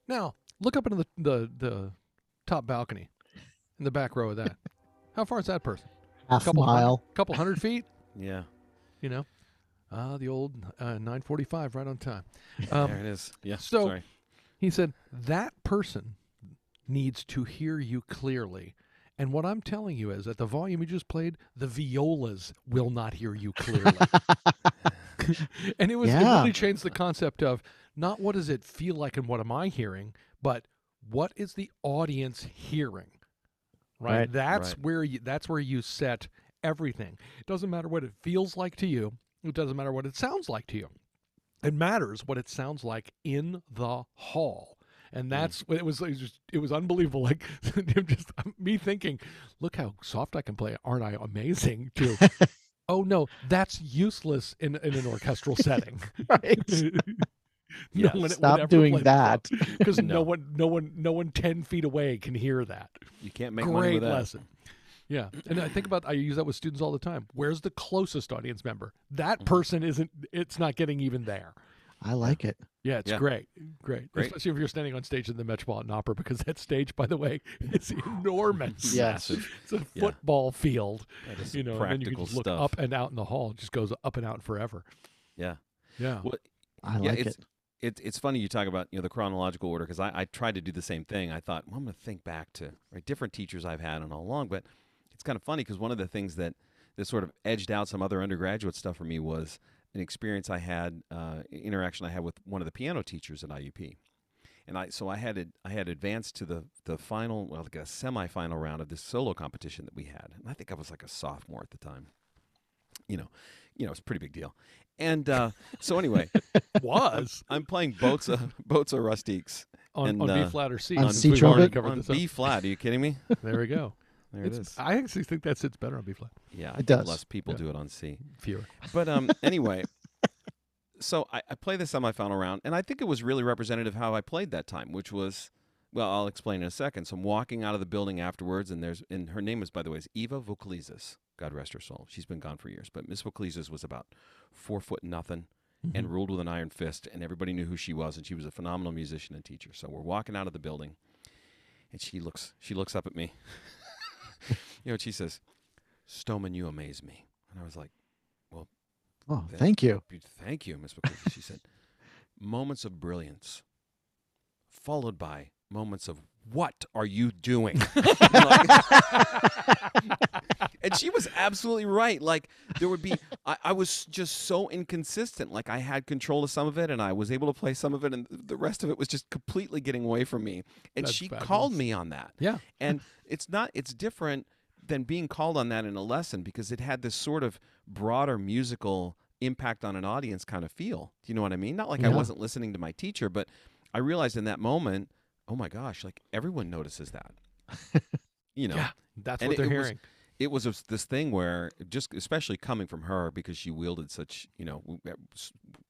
Speaker 2: Now, look up into the, the, the top balcony in the back row of that. How far is that person?
Speaker 3: Half
Speaker 2: Couple hundred-
Speaker 3: mile.
Speaker 2: couple hundred feet,
Speaker 1: yeah.
Speaker 2: you know? Ah, the old uh, 945 right on time.
Speaker 1: there
Speaker 2: Um,
Speaker 1: it is. Yeah.
Speaker 2: so-
Speaker 1: sorry.
Speaker 2: he said, that person needs to hear you clearly. And what I'm telling you is, at the volume you just played, the violas will not hear you clearly. and it was it
Speaker 3: Yeah.
Speaker 2: really changed the concept of not what does it feel like and what am I hearing, but what is the audience hearing? Right.
Speaker 3: Right.
Speaker 2: That's
Speaker 1: Right.
Speaker 2: where you that's where you set everything. It doesn't matter what it feels like to you. It doesn't matter what it sounds like to you. It matters what it sounds like in the hall. And that's what it was. It was, just, it was unbelievable. Like just me thinking, look how soft I can play. Aren't I amazing? Too. oh no, that's useless in, in an orchestral setting.
Speaker 3: Right.
Speaker 1: Yeah,
Speaker 3: stop doing that.
Speaker 2: because no.
Speaker 1: No.
Speaker 2: one, no one, no one ten feet away can hear that.
Speaker 1: You can't make money
Speaker 2: Great
Speaker 1: with that.
Speaker 2: lesson. Yeah, and I think about I use that with students all the time. Where's the closest audience member?
Speaker 1: Mm-hmm.
Speaker 2: That person isn't. It's not getting even there.
Speaker 3: I like it.
Speaker 2: Yeah, it's
Speaker 1: Yeah.
Speaker 2: great. great,
Speaker 1: Great.
Speaker 2: especially if you're standing on stage in the Metropolitan Opera, because that stage, by the way, is enormous.
Speaker 3: Yes.
Speaker 2: it's a
Speaker 1: Yeah.
Speaker 2: football field.
Speaker 1: That is
Speaker 2: You know, and then you can
Speaker 1: practical
Speaker 2: just look
Speaker 1: stuff.
Speaker 2: up and out in the hall. It just goes up and out forever.
Speaker 1: Yeah.
Speaker 2: Yeah.
Speaker 1: Well,
Speaker 3: I
Speaker 1: yeah,
Speaker 3: like
Speaker 1: it's,
Speaker 3: it.
Speaker 1: It's it's funny you talk about you know the chronological order because I, I tried to do the same thing. I thought well, I'm going to think back to right, different teachers I've had and all along, but it's kind of funny because one of the things that that sort of edged out some other undergraduate stuff for me was an experience I had uh, interaction I had with one of the piano teachers at IUP, and I so I had ad, I had advanced to the the final well like a semifinal round of this solo competition that we had, and I think I was like a sophomore at the time. You know, you know, it's a pretty big deal, and uh, so anyway.
Speaker 2: was
Speaker 1: I'm playing Boats uh, Boats are Rustiques
Speaker 2: on,
Speaker 1: And,
Speaker 2: on B
Speaker 1: uh,
Speaker 2: flat or C.
Speaker 3: on
Speaker 2: since
Speaker 3: C
Speaker 2: we've already
Speaker 3: trumpet?
Speaker 2: covered
Speaker 1: on
Speaker 2: this up.
Speaker 1: B flat. Are you kidding me?
Speaker 2: There we go.
Speaker 1: There it
Speaker 2: It's,
Speaker 1: is.
Speaker 2: I actually think that sits better on B flat.
Speaker 1: Yeah, I
Speaker 3: it
Speaker 1: think
Speaker 3: does.
Speaker 1: Less people
Speaker 2: Yeah.
Speaker 1: do it on C.
Speaker 2: Fewer.
Speaker 1: But um, anyway, so I, I play the semifinal round, and I think it was really representative how I played that time, which was, well, I'll explain in a second. So I'm walking out of the building afterwards, and there's, and her name is, by the way, is Eva Vokalizis. God rest her soul. She's been gone for years, but Miss Vokalizis was about four foot nothing, and ruled with an iron fist, and everybody knew who she was, and she was a phenomenal musician and teacher. So we're walking out of the building, and she looks she looks up at me. you know, and she says, "Stoneman, you amaze me," and I was like,
Speaker 3: Oh,
Speaker 1: that-
Speaker 3: thank you.
Speaker 1: "Be- Thank you, Miss McCoy. she said, "Moments of brilliance, followed by moments of." What are you doing? and she was absolutely right. Like there would be, I, I was just so inconsistent. Like I had control of some of it, and I was able to play some of it, and the rest of it was just completely getting away from me. And
Speaker 2: That's
Speaker 1: she called
Speaker 2: fabulous.
Speaker 1: me on that.
Speaker 2: Yeah.
Speaker 1: And it's not, it's different than being called on that in a lesson because it had this sort of broader musical impact on an audience kind of feel. Do you know what I mean? Not like I
Speaker 3: Yeah.
Speaker 1: wasn't listening to my teacher, but I realized in that moment, oh my gosh, like everyone notices that. you know,
Speaker 2: Yeah. That's
Speaker 1: And
Speaker 2: what they're
Speaker 1: it was-
Speaker 2: hearing.
Speaker 1: it was this- this thing where just especially coming from her because she wielded such, you know, we,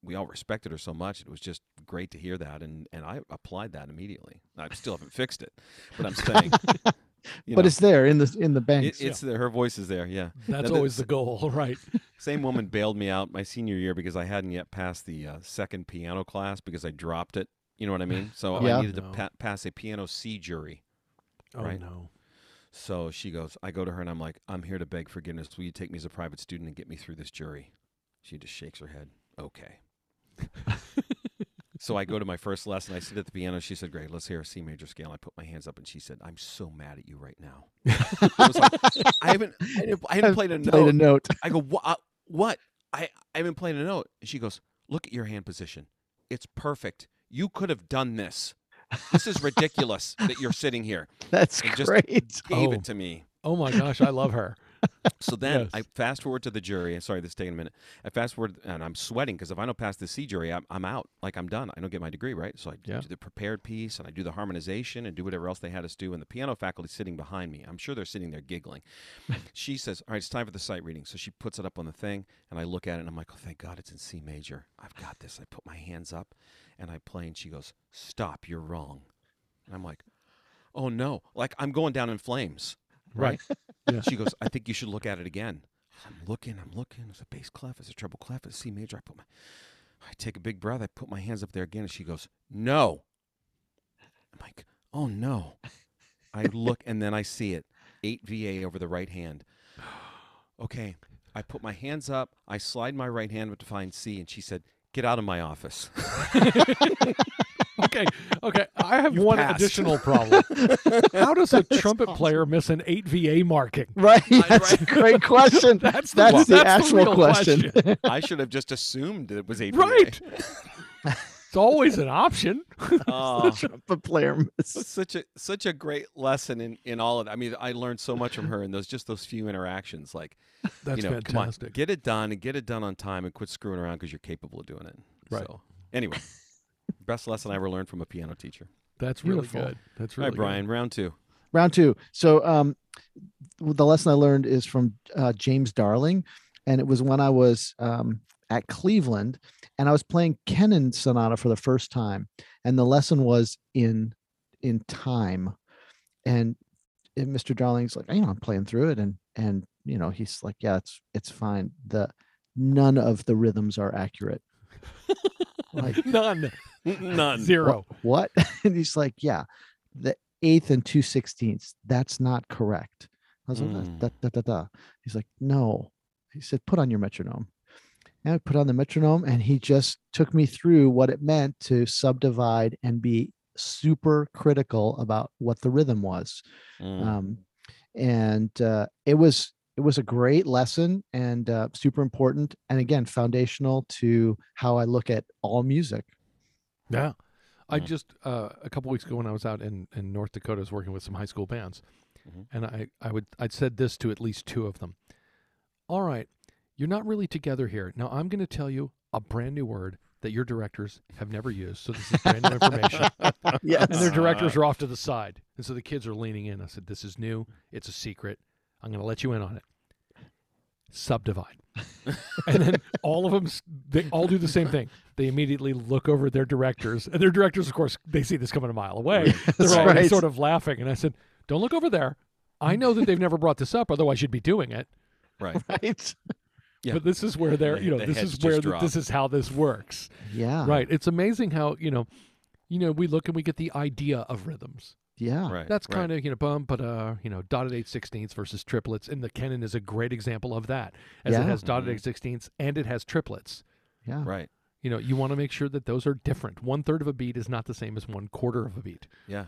Speaker 1: we all respected her so much. It was just great to hear that. And, and I applied that immediately. I still haven't fixed it, but I'm saying, you
Speaker 3: but
Speaker 1: know,
Speaker 3: it's there in the in the
Speaker 1: it,
Speaker 3: banks.
Speaker 1: it's there. Her voice is there. Yeah.
Speaker 2: That's
Speaker 1: the-
Speaker 2: always the goal, right?
Speaker 1: Same woman bailed me out my senior year because I hadn't yet passed the uh, second piano class because I dropped it. You know what I mean? So I
Speaker 3: Yeah.
Speaker 1: needed
Speaker 2: No.
Speaker 1: to pa- pass a piano C jury.
Speaker 2: Oh
Speaker 1: Right.
Speaker 2: no.
Speaker 1: So she goes, I go to her and I'm like, I'm here to beg forgiveness. Will you take me as a private student and get me through this jury? She just shakes her head. Okay. So I go to my first lesson. I sit at the piano. She said, "Great, let's hear a C major scale." I put my hands up, and she said, "I'm so mad at you right now." I was like, I haven't, I haven't, I haven't played a note.
Speaker 3: Played a note.
Speaker 1: I go, "Wha- uh, what? I, I haven't played a note. And she goes, look at your hand position. It's perfect. You could have done this. This is ridiculous that you're sitting here.
Speaker 3: That's
Speaker 1: And just-
Speaker 3: great.
Speaker 1: Gave
Speaker 2: Oh.
Speaker 1: it to me.
Speaker 2: Oh my gosh, I love her.
Speaker 1: So then
Speaker 2: Yes.
Speaker 1: I fast forward to the jury. Sorry, this is taking a minute. I fast forward and I'm sweating because if I don't pass the C jury, I'm, I'm out. Like I'm done. I don't get my degree, right? So I
Speaker 2: Yeah.
Speaker 1: do the prepared piece and I do the harmonization and do whatever else they had us do. And the piano faculty sitting behind me, I'm sure they're sitting there giggling. she says, All right, it's time for the sight reading. So she puts it up on the thing and I look at it and I'm like, Oh, thank God it's in C major. I've got this. I put my hands up and I play and she goes, Stop, you're wrong. And I'm like, Oh no. Like I'm going down in flames.
Speaker 2: Right.
Speaker 1: She goes, I think you should look at it again. I'm looking, I'm looking. It's a bass clef, it's a treble clef, it's C major. I put my I take a big breath, I put my hands up there again, and she goes, No. I'm like, oh no. I look and then I see it. Eight VA over the right hand. Okay. I put my hands up, I slide my right hand up to find C, and she said, Get out of my office.
Speaker 2: okay. Okay. I have
Speaker 1: You've
Speaker 2: one
Speaker 1: passed.
Speaker 2: additional problem. How does a trumpet
Speaker 3: awesome.
Speaker 2: player miss an 8 VA marking?
Speaker 3: Right.
Speaker 1: Right,
Speaker 3: That's
Speaker 1: right.
Speaker 3: a great question.
Speaker 2: That's the,
Speaker 3: That's the
Speaker 2: that's
Speaker 3: actual
Speaker 2: real
Speaker 3: question.
Speaker 1: I should have just assumed that it was eight
Speaker 2: Right.
Speaker 1: VA.
Speaker 2: It's always an option.
Speaker 1: Oh.
Speaker 3: Trumpet player miss.
Speaker 1: such a such a great lesson in in all of it. I mean, I learned so much from her in those just those few interactions. Like,
Speaker 2: That's
Speaker 1: you know, come on,
Speaker 2: fantastic.
Speaker 1: get it done and get it done on time and quit screwing around because you're capable of doing it.
Speaker 2: Right.
Speaker 1: So, anyway, best lesson I ever learned from a piano teacher.
Speaker 2: That's really
Speaker 3: Beautiful.
Speaker 2: good. That's
Speaker 1: all
Speaker 2: really
Speaker 1: right, Brian, round two.
Speaker 3: Round two. So um, the lesson I learned is from uh, James Darling, and it was when I was um, at Cleveland, and I was playing Kennan Sonata for the first time, and the lesson was in in time, and, and Mr. Darling's like, you know, I'm playing through it, and and you know, he's like, yeah, it's it's fine. The none of the rhythms are accurate. like
Speaker 2: good. None.
Speaker 1: Mm, None.
Speaker 2: Zero.
Speaker 3: what? And he's like, yeah, the eighth and two sixteenths. That's not correct. I was like,
Speaker 1: Mm.
Speaker 3: da, da, da, da. He's like, no. He said, put on your metronome. And I put on the metronome and he just took me through what it meant to subdivide and be super critical about what the rhythm was
Speaker 1: Mm.
Speaker 3: um, and uh, it was it was a great lesson and uh, super important and again foundational to how i look at all music
Speaker 2: Yeah. I
Speaker 1: Mm.
Speaker 2: just uh, a couple weeks ago when I was out in, in North Dakota, I was working with some high school bands,
Speaker 1: Mhm.
Speaker 2: and I I would I'd said this to at least two of them. All right, you're not really together here. Now I'm going to tell you a brand new word that your directors have never used. So this is brand new information,
Speaker 3: yes
Speaker 2: and their
Speaker 3: Uh-huh.
Speaker 2: directors are off to the side, and so the kids are leaning in. I said, "This is new. It's a secret. I'm going to let you in on it." Subdivide, and then all of them they all do the same thing. They immediately look over at their directors, and their directors, of course, they see this coming a mile away they're
Speaker 3: That's
Speaker 2: all
Speaker 3: right.
Speaker 2: sort of laughing. And I said, Don't look over there. I know that they've never brought this up, otherwise you'd be doing it.
Speaker 1: Right.
Speaker 3: right
Speaker 1: Yeah.
Speaker 2: But this is where they're,
Speaker 1: The-
Speaker 2: you know,
Speaker 1: the
Speaker 2: this
Speaker 1: heads
Speaker 2: is where
Speaker 1: just
Speaker 2: the, this is how this works,
Speaker 3: yeah
Speaker 2: right? It's amazing how you know, you know, we look and we get the idea of rhythms.
Speaker 3: yeah
Speaker 1: Right.
Speaker 2: That's kind of you know, bum, but uh, you know, dotted eight sixteenths versus triplets, and the Kennen is a great example of that, as
Speaker 3: Yeah.
Speaker 2: it has dotted
Speaker 1: Mhm.
Speaker 2: eight sixteenths and it has triplets.
Speaker 3: yeah
Speaker 1: right.
Speaker 2: You know, you want to make sure that those are different. One third of a beat is not the same as one quarter of a beat.
Speaker 1: Yeah.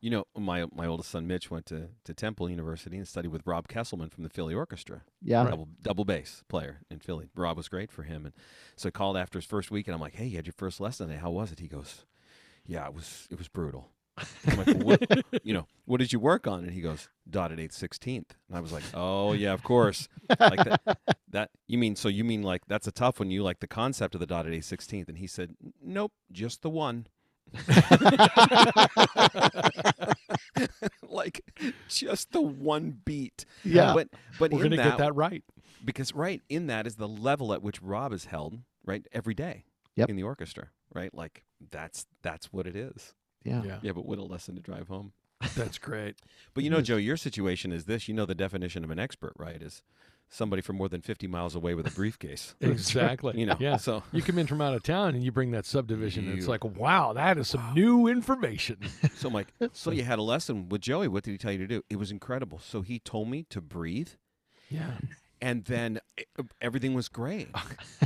Speaker 1: You know, my my oldest son Mitch went to, to Temple University and studied with Rob Kesselman from the Philly Orchestra.
Speaker 3: yeah
Speaker 1: double double bass player in Philly. Rob was great for him, and so I called after his first week, and I'm like, "Hey, you had your first lesson today. How was it?" He goes, "Yeah, it was it was brutal." I'm like, well, what, you know, what did you work on? And he goes, dotted eighth sixteenth. And I was like, oh yeah, of course. Like that, that you mean? So you mean like that's a tough one. You like the concept of the dotted eighth sixteenth? And he said, nope, just the one. like just the one beat.
Speaker 3: yeah
Speaker 1: But but
Speaker 2: We're
Speaker 1: in
Speaker 2: gonna get that right.
Speaker 1: because right in that is the level at which Rob is held right every day
Speaker 3: Yep.
Speaker 1: in the orchestra, right? Like that's that's what it is.
Speaker 3: yeah
Speaker 2: yeah.
Speaker 1: Yeah, but what a lesson to drive home.
Speaker 2: That's great.
Speaker 1: But you
Speaker 3: It
Speaker 1: know,
Speaker 3: is.
Speaker 1: Joe, your situation is this. You know the definition of an expert, right? Is somebody from more than fifty miles away with a briefcase.
Speaker 3: right.
Speaker 2: Exactly.
Speaker 1: you know,
Speaker 2: Yeah.
Speaker 1: So
Speaker 2: You come in from out of town and you bring that subdivision, and it's
Speaker 1: You-
Speaker 2: like, wow, that is some new information.
Speaker 1: so Mike, so you had a lesson with Joey. What did he tell you to do? It was incredible. So he told me to breathe
Speaker 2: Yeah.
Speaker 1: and then it- everything was great.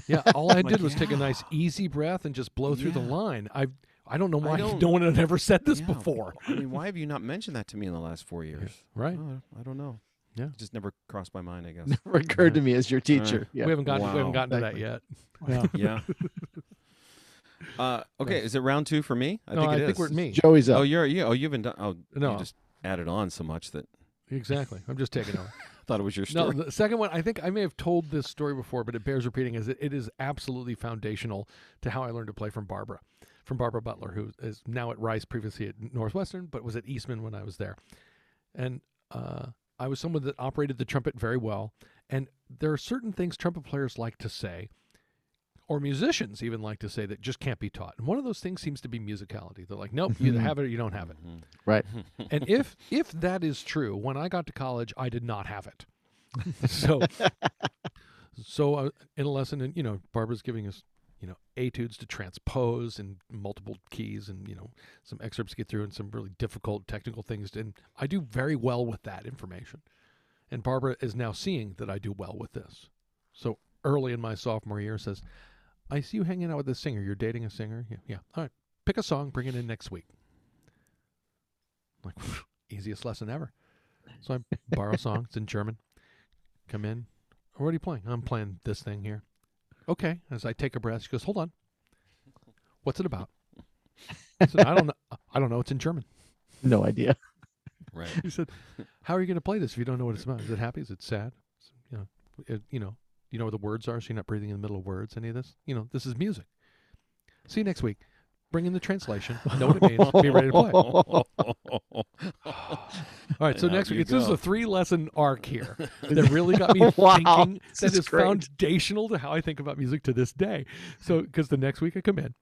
Speaker 2: Yeah, all I
Speaker 1: Like,
Speaker 2: did was take a nice
Speaker 1: yeah.
Speaker 2: easy breath and just blow through the
Speaker 1: Yeah.
Speaker 2: line. I I don't know why
Speaker 1: don't-
Speaker 2: no one had ever said this
Speaker 1: Yeah.
Speaker 2: before.
Speaker 1: I mean, why have you not mentioned that to me in the last four years?
Speaker 2: Right?
Speaker 1: Oh, I don't know.
Speaker 2: Yeah.
Speaker 1: It just never crossed my mind. I guess.
Speaker 3: Never occurred to me as your teacher. yeah.
Speaker 2: We haven't gotten we
Speaker 1: Wow.
Speaker 2: haven't gotten
Speaker 3: Exactly.
Speaker 2: to that yet.
Speaker 3: Yeah.
Speaker 1: yeah. Uh, okay, is it round two for me?
Speaker 2: no, I think
Speaker 1: is.
Speaker 2: we're at me.
Speaker 3: Joey's up.
Speaker 1: Oh, you're yeah. Oh, you haven't done. Oh,
Speaker 2: No.
Speaker 1: you just added on so much that
Speaker 2: Exactly. I'm just taking over.
Speaker 1: I thought it was your
Speaker 2: no,
Speaker 1: story.
Speaker 2: the second one, I think I may have told this story before, but it bears repeating is it, it is absolutely foundational to how I learned to play from Barbara. From Barbara Butler, who is now at Rice, previously at Northwestern, but was at Eastman when I was there. And uh, I was someone that operated the trumpet very well. And there are certain things trumpet players like to say, or musicians even like to say, that just can't be taught. And one of those things seems to be musicality. They're like, nope, you either have it or you don't have it.
Speaker 1: Mhm.
Speaker 3: Right.
Speaker 2: And if if that is true, when I got to college, I did not have it. so so uh, in a lesson, and you know, Barbara's giving us you know etudes to transpose and multiple keys, and you know some excerpts to get through, and some really difficult technical things. And I do very well with that information. And Barbara is now seeing that I do well with this. So early in my sophomore year, says, "I see you hanging out with a singer. You're dating a singer. Yeah, yeah. All right, pick a song, bring it in next week." I'm like easiest lesson ever. So I borrow a song. It's in German. Come in. "Oh, What are you playing? I'm playing this thing here. Okay. As I take a breath, she goes, "Hold on. What's it about?" I said, "I don't know. I don't know. It's in German."
Speaker 3: No idea.
Speaker 1: Right.
Speaker 2: He said, "How are you going to play this if you don't know what it's about? Is it happy? Is it sad? Is it, you know, it, you know, you know where the words are, so you're not breathing in the middle of words. Any of this? You know, this is music. See you next week. Bring in the translation. Know what it means. Be ready to play." All right,
Speaker 1: And
Speaker 2: so
Speaker 1: out
Speaker 2: next week,
Speaker 1: you
Speaker 2: it's, this is
Speaker 1: go.
Speaker 2: a three-lesson arc here that really got me
Speaker 3: Wow,
Speaker 2: thinking.
Speaker 3: this
Speaker 2: That
Speaker 3: is
Speaker 2: is,
Speaker 3: great.
Speaker 2: foundational to how I think about music to this day. So, because the next week I come in,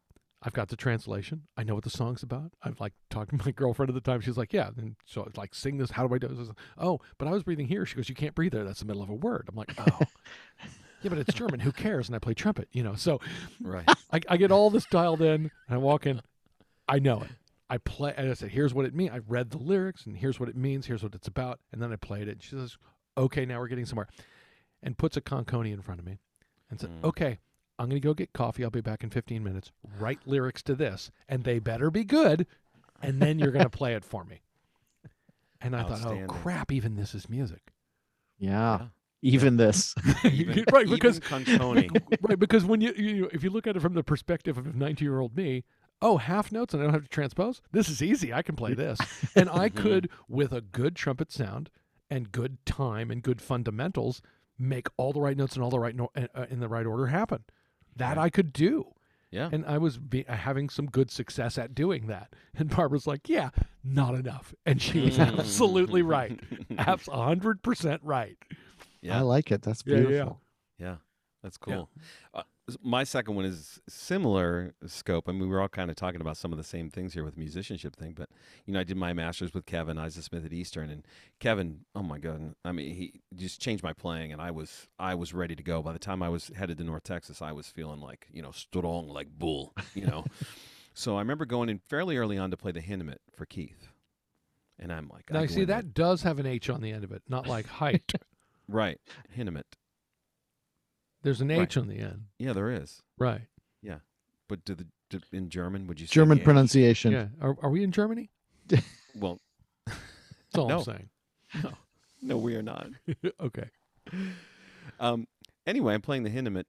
Speaker 2: I've got the translation. I know what the song's about. I'm like talking to my girlfriend at the time. She's like, "Yeah," and so I was like, "Sing this. How do I do this?" Oh, but I was breathing here. She goes, "You can't breathe there. That's the middle of a word." I'm like, "Oh." Yeah, but it's German. Who cares? And I play trumpet, you know. So
Speaker 1: right.
Speaker 2: I, I get all this dialed in, and I walk in. I know it. I play. And I said, "Here's what it means." I read the lyrics, and here's what it means. Here's what it's about. And then I played it. And she says, "Okay, now we're getting somewhere," and puts a conconi in front of me, and said,
Speaker 1: Mm.
Speaker 2: "Okay, I'm gonna go get coffee. I'll be back in 15 minutes. Write lyrics to this, and they better be good, and then you're gonna play it for me." And I thought, "Oh
Speaker 1: Outstanding.
Speaker 2: crap! Even this is music."
Speaker 3: Yeah. Even this.
Speaker 1: Even,
Speaker 2: right, because
Speaker 1: even Conconi.
Speaker 2: right because when you, you you- if you look at it from the perspective of 19 year old me oh half notes and i don't have to transpose this is easy i can play this and i
Speaker 1: Mhm.
Speaker 2: could with a good trumpet sound and good time and good fundamentals make all the right notes and all the right no- uh, uh, in the right order happen that
Speaker 1: Yeah.
Speaker 2: i could do
Speaker 1: Yeah.
Speaker 2: and i was be- uh, having some good success at doing that and barbara's like yeah not enough and she was
Speaker 1: Mm.
Speaker 2: absolutely right Abs- 100% right
Speaker 1: Yeah.
Speaker 3: I like it. That's
Speaker 2: Yeah, yeah, yeah.
Speaker 3: beautiful.
Speaker 1: Yeah, that's
Speaker 2: Yeah.
Speaker 1: cool. Uh, s- my second one is similar scope. I mean, we were all kind of talking about some of the same things here with the musicianship thing, but you know, I did my master's with Kevin Isaacsmith at Eastern, and Kevin, oh my god, I mean, he just changed my playing, and I was I was ready to go. By the time I was headed to North Texas, I was feeling like you know strong like bull, you know. so I remember going in fairly early on to play the Hindemith for Keith, and I'm like,
Speaker 2: now
Speaker 1: I
Speaker 2: you
Speaker 1: go
Speaker 2: see
Speaker 1: in there-
Speaker 2: that does have an h on the end of it not like height
Speaker 1: right Hindemith?
Speaker 2: There's an
Speaker 1: Right.
Speaker 2: H on the end.
Speaker 1: Yeah, there is.
Speaker 2: Right.
Speaker 1: But do the do, in German would you say
Speaker 3: German
Speaker 1: the-
Speaker 3: pronunciation.
Speaker 2: Yeah. Are, are we in Germany?
Speaker 1: Well,
Speaker 2: That's all
Speaker 1: No.
Speaker 2: I'm saying.
Speaker 1: No, we are not.
Speaker 2: okay.
Speaker 1: Um, anyway, I'm playing the Hindemith.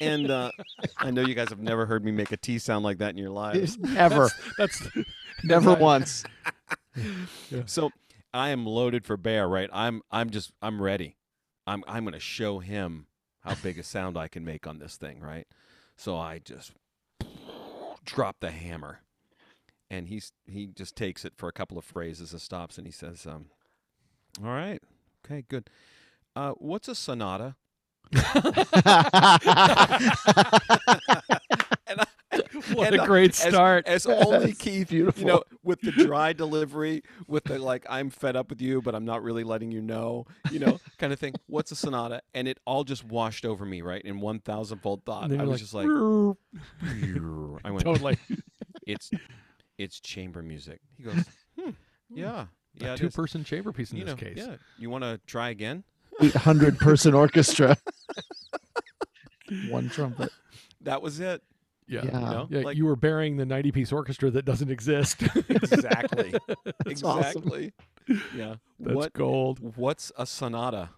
Speaker 1: and uh, I know you guys have never heard me make a T sound like that in your lives.
Speaker 3: Ever.
Speaker 2: That's
Speaker 3: Never
Speaker 2: right.
Speaker 3: once.
Speaker 1: So I am loaded for bear, right? I'm I'm just I'm ready. I'm I'm gonna show him how big a sound I can make on this thing, right? So I just drop the hammer. And he's he just takes it for a couple of phrases and stops and he says, um, all right, okay, good. Uh, what's a sonata? And I-
Speaker 2: what
Speaker 1: and
Speaker 2: a
Speaker 1: I-
Speaker 2: great
Speaker 1: as-
Speaker 2: start.
Speaker 1: as only
Speaker 3: That's
Speaker 1: Keith,
Speaker 3: beautiful.
Speaker 1: you know, with the dry delivery, with the like, I'm fed up with you, but I'm not really letting you know, you know, kind of thing. What's a sonata? And it all just washed over me, right, in one thousand fold thought.
Speaker 2: And then
Speaker 1: I
Speaker 2: you're
Speaker 1: was just like,
Speaker 2: "Brrr."
Speaker 1: I went,
Speaker 2: totally.
Speaker 1: it's it's chamber music. He goes, hmm, yeah, yeah,
Speaker 2: a
Speaker 1: it
Speaker 2: two
Speaker 1: is."
Speaker 2: person chamber piece in
Speaker 1: you
Speaker 2: this
Speaker 1: know,
Speaker 2: case.
Speaker 1: yeah. You want to try again?
Speaker 3: 800 person orchestra. One trumpet.
Speaker 1: That was it.
Speaker 2: Yeah.
Speaker 3: Yeah.
Speaker 2: Yeah.
Speaker 1: No? Like-
Speaker 2: you were burying the 90 piece orchestra that doesn't exist.
Speaker 1: Exactly.
Speaker 3: That's awesome.
Speaker 1: exactly. Yeah.
Speaker 2: That's
Speaker 1: what
Speaker 2: gold.
Speaker 1: what's a sonata?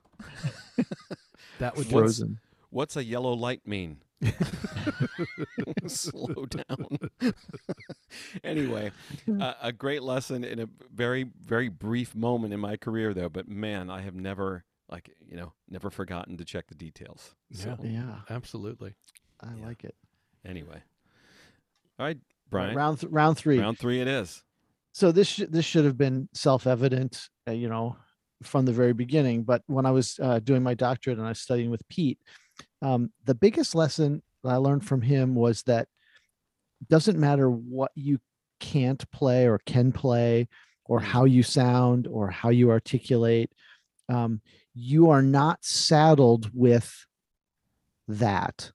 Speaker 2: That would
Speaker 1: What's-
Speaker 3: Frozen.
Speaker 1: What's a yellow light mean? Slow down. anyway, uh, a great lesson in a very, very brief moment in my career, though. But man, I have never, like, you know, never forgotten to check the details. So,
Speaker 3: Yeah,
Speaker 2: Absolutely.
Speaker 3: I
Speaker 1: Yeah.
Speaker 3: like it.
Speaker 1: anyway. All right,
Speaker 3: All right,
Speaker 1: Brian.
Speaker 3: Round th- round three.
Speaker 1: round three it is.
Speaker 3: so this sh- this should have been self-evident uh, you know from the very beginning but when i was uh, doing my doctorate and i was studying with pete um, the biggest lesson that i learned from him was that doesn't matter what you can't play or can play or how you sound or how you articulate um, you are not saddled with that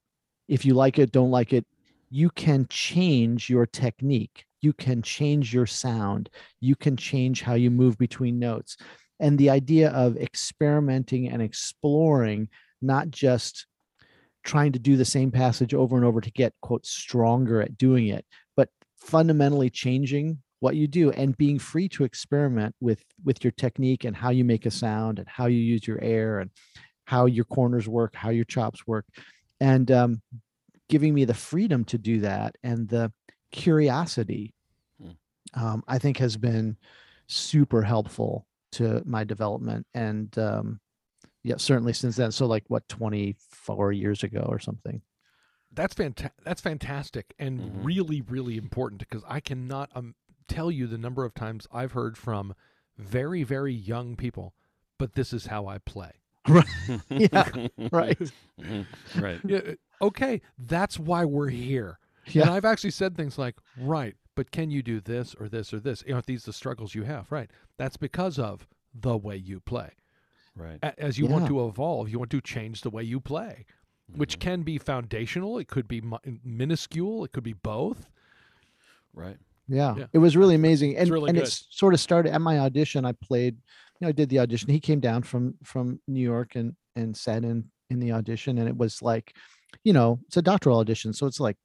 Speaker 3: if you like it don't like it you can change your technique you can change your sound you can change how you move between notes and the idea of experimenting and exploring not just trying to do the same passage over and over to get quote stronger at doing it but fundamentally changing what you do and being free to experiment with with your technique and how you make a sound and how you use your air and how your corners work how your chops work and um, giving me the freedom to do that and the curiosity
Speaker 1: Mm.
Speaker 3: um, i think has been super helpful to my development and um, yeah certainly since then so like what 24 years ago or something
Speaker 2: That's fantastic. That's fantastic and
Speaker 1: Mhm.
Speaker 2: really, really important because I cannot um, tell you the number of times I've heard from very, very young people, but this is how I play.
Speaker 3: Yeah, right
Speaker 1: Mhm. Right.
Speaker 2: Yeah, uh, okay, that's why we're here. And
Speaker 3: yeah
Speaker 2: I've actually said things like, right, but can you do this or this or this? You know, if these are the struggles you have, right? That's because of the way you play.
Speaker 1: Right.
Speaker 2: A- As you want
Speaker 3: Yeah. Mm-hmm.
Speaker 2: to evolve, you want to change the way you play, which can be foundational, it could be mi- minuscule, it could be both.
Speaker 1: Mm-hmm. Right.
Speaker 3: yeah,
Speaker 2: yeah.
Speaker 3: it was really amazing and,
Speaker 2: really
Speaker 3: and
Speaker 2: good.
Speaker 3: it sort of started at my audition i played you know i did the audition he came down from from new york and and sat in in the audition and it was like you know it's a doctoral audition so it's like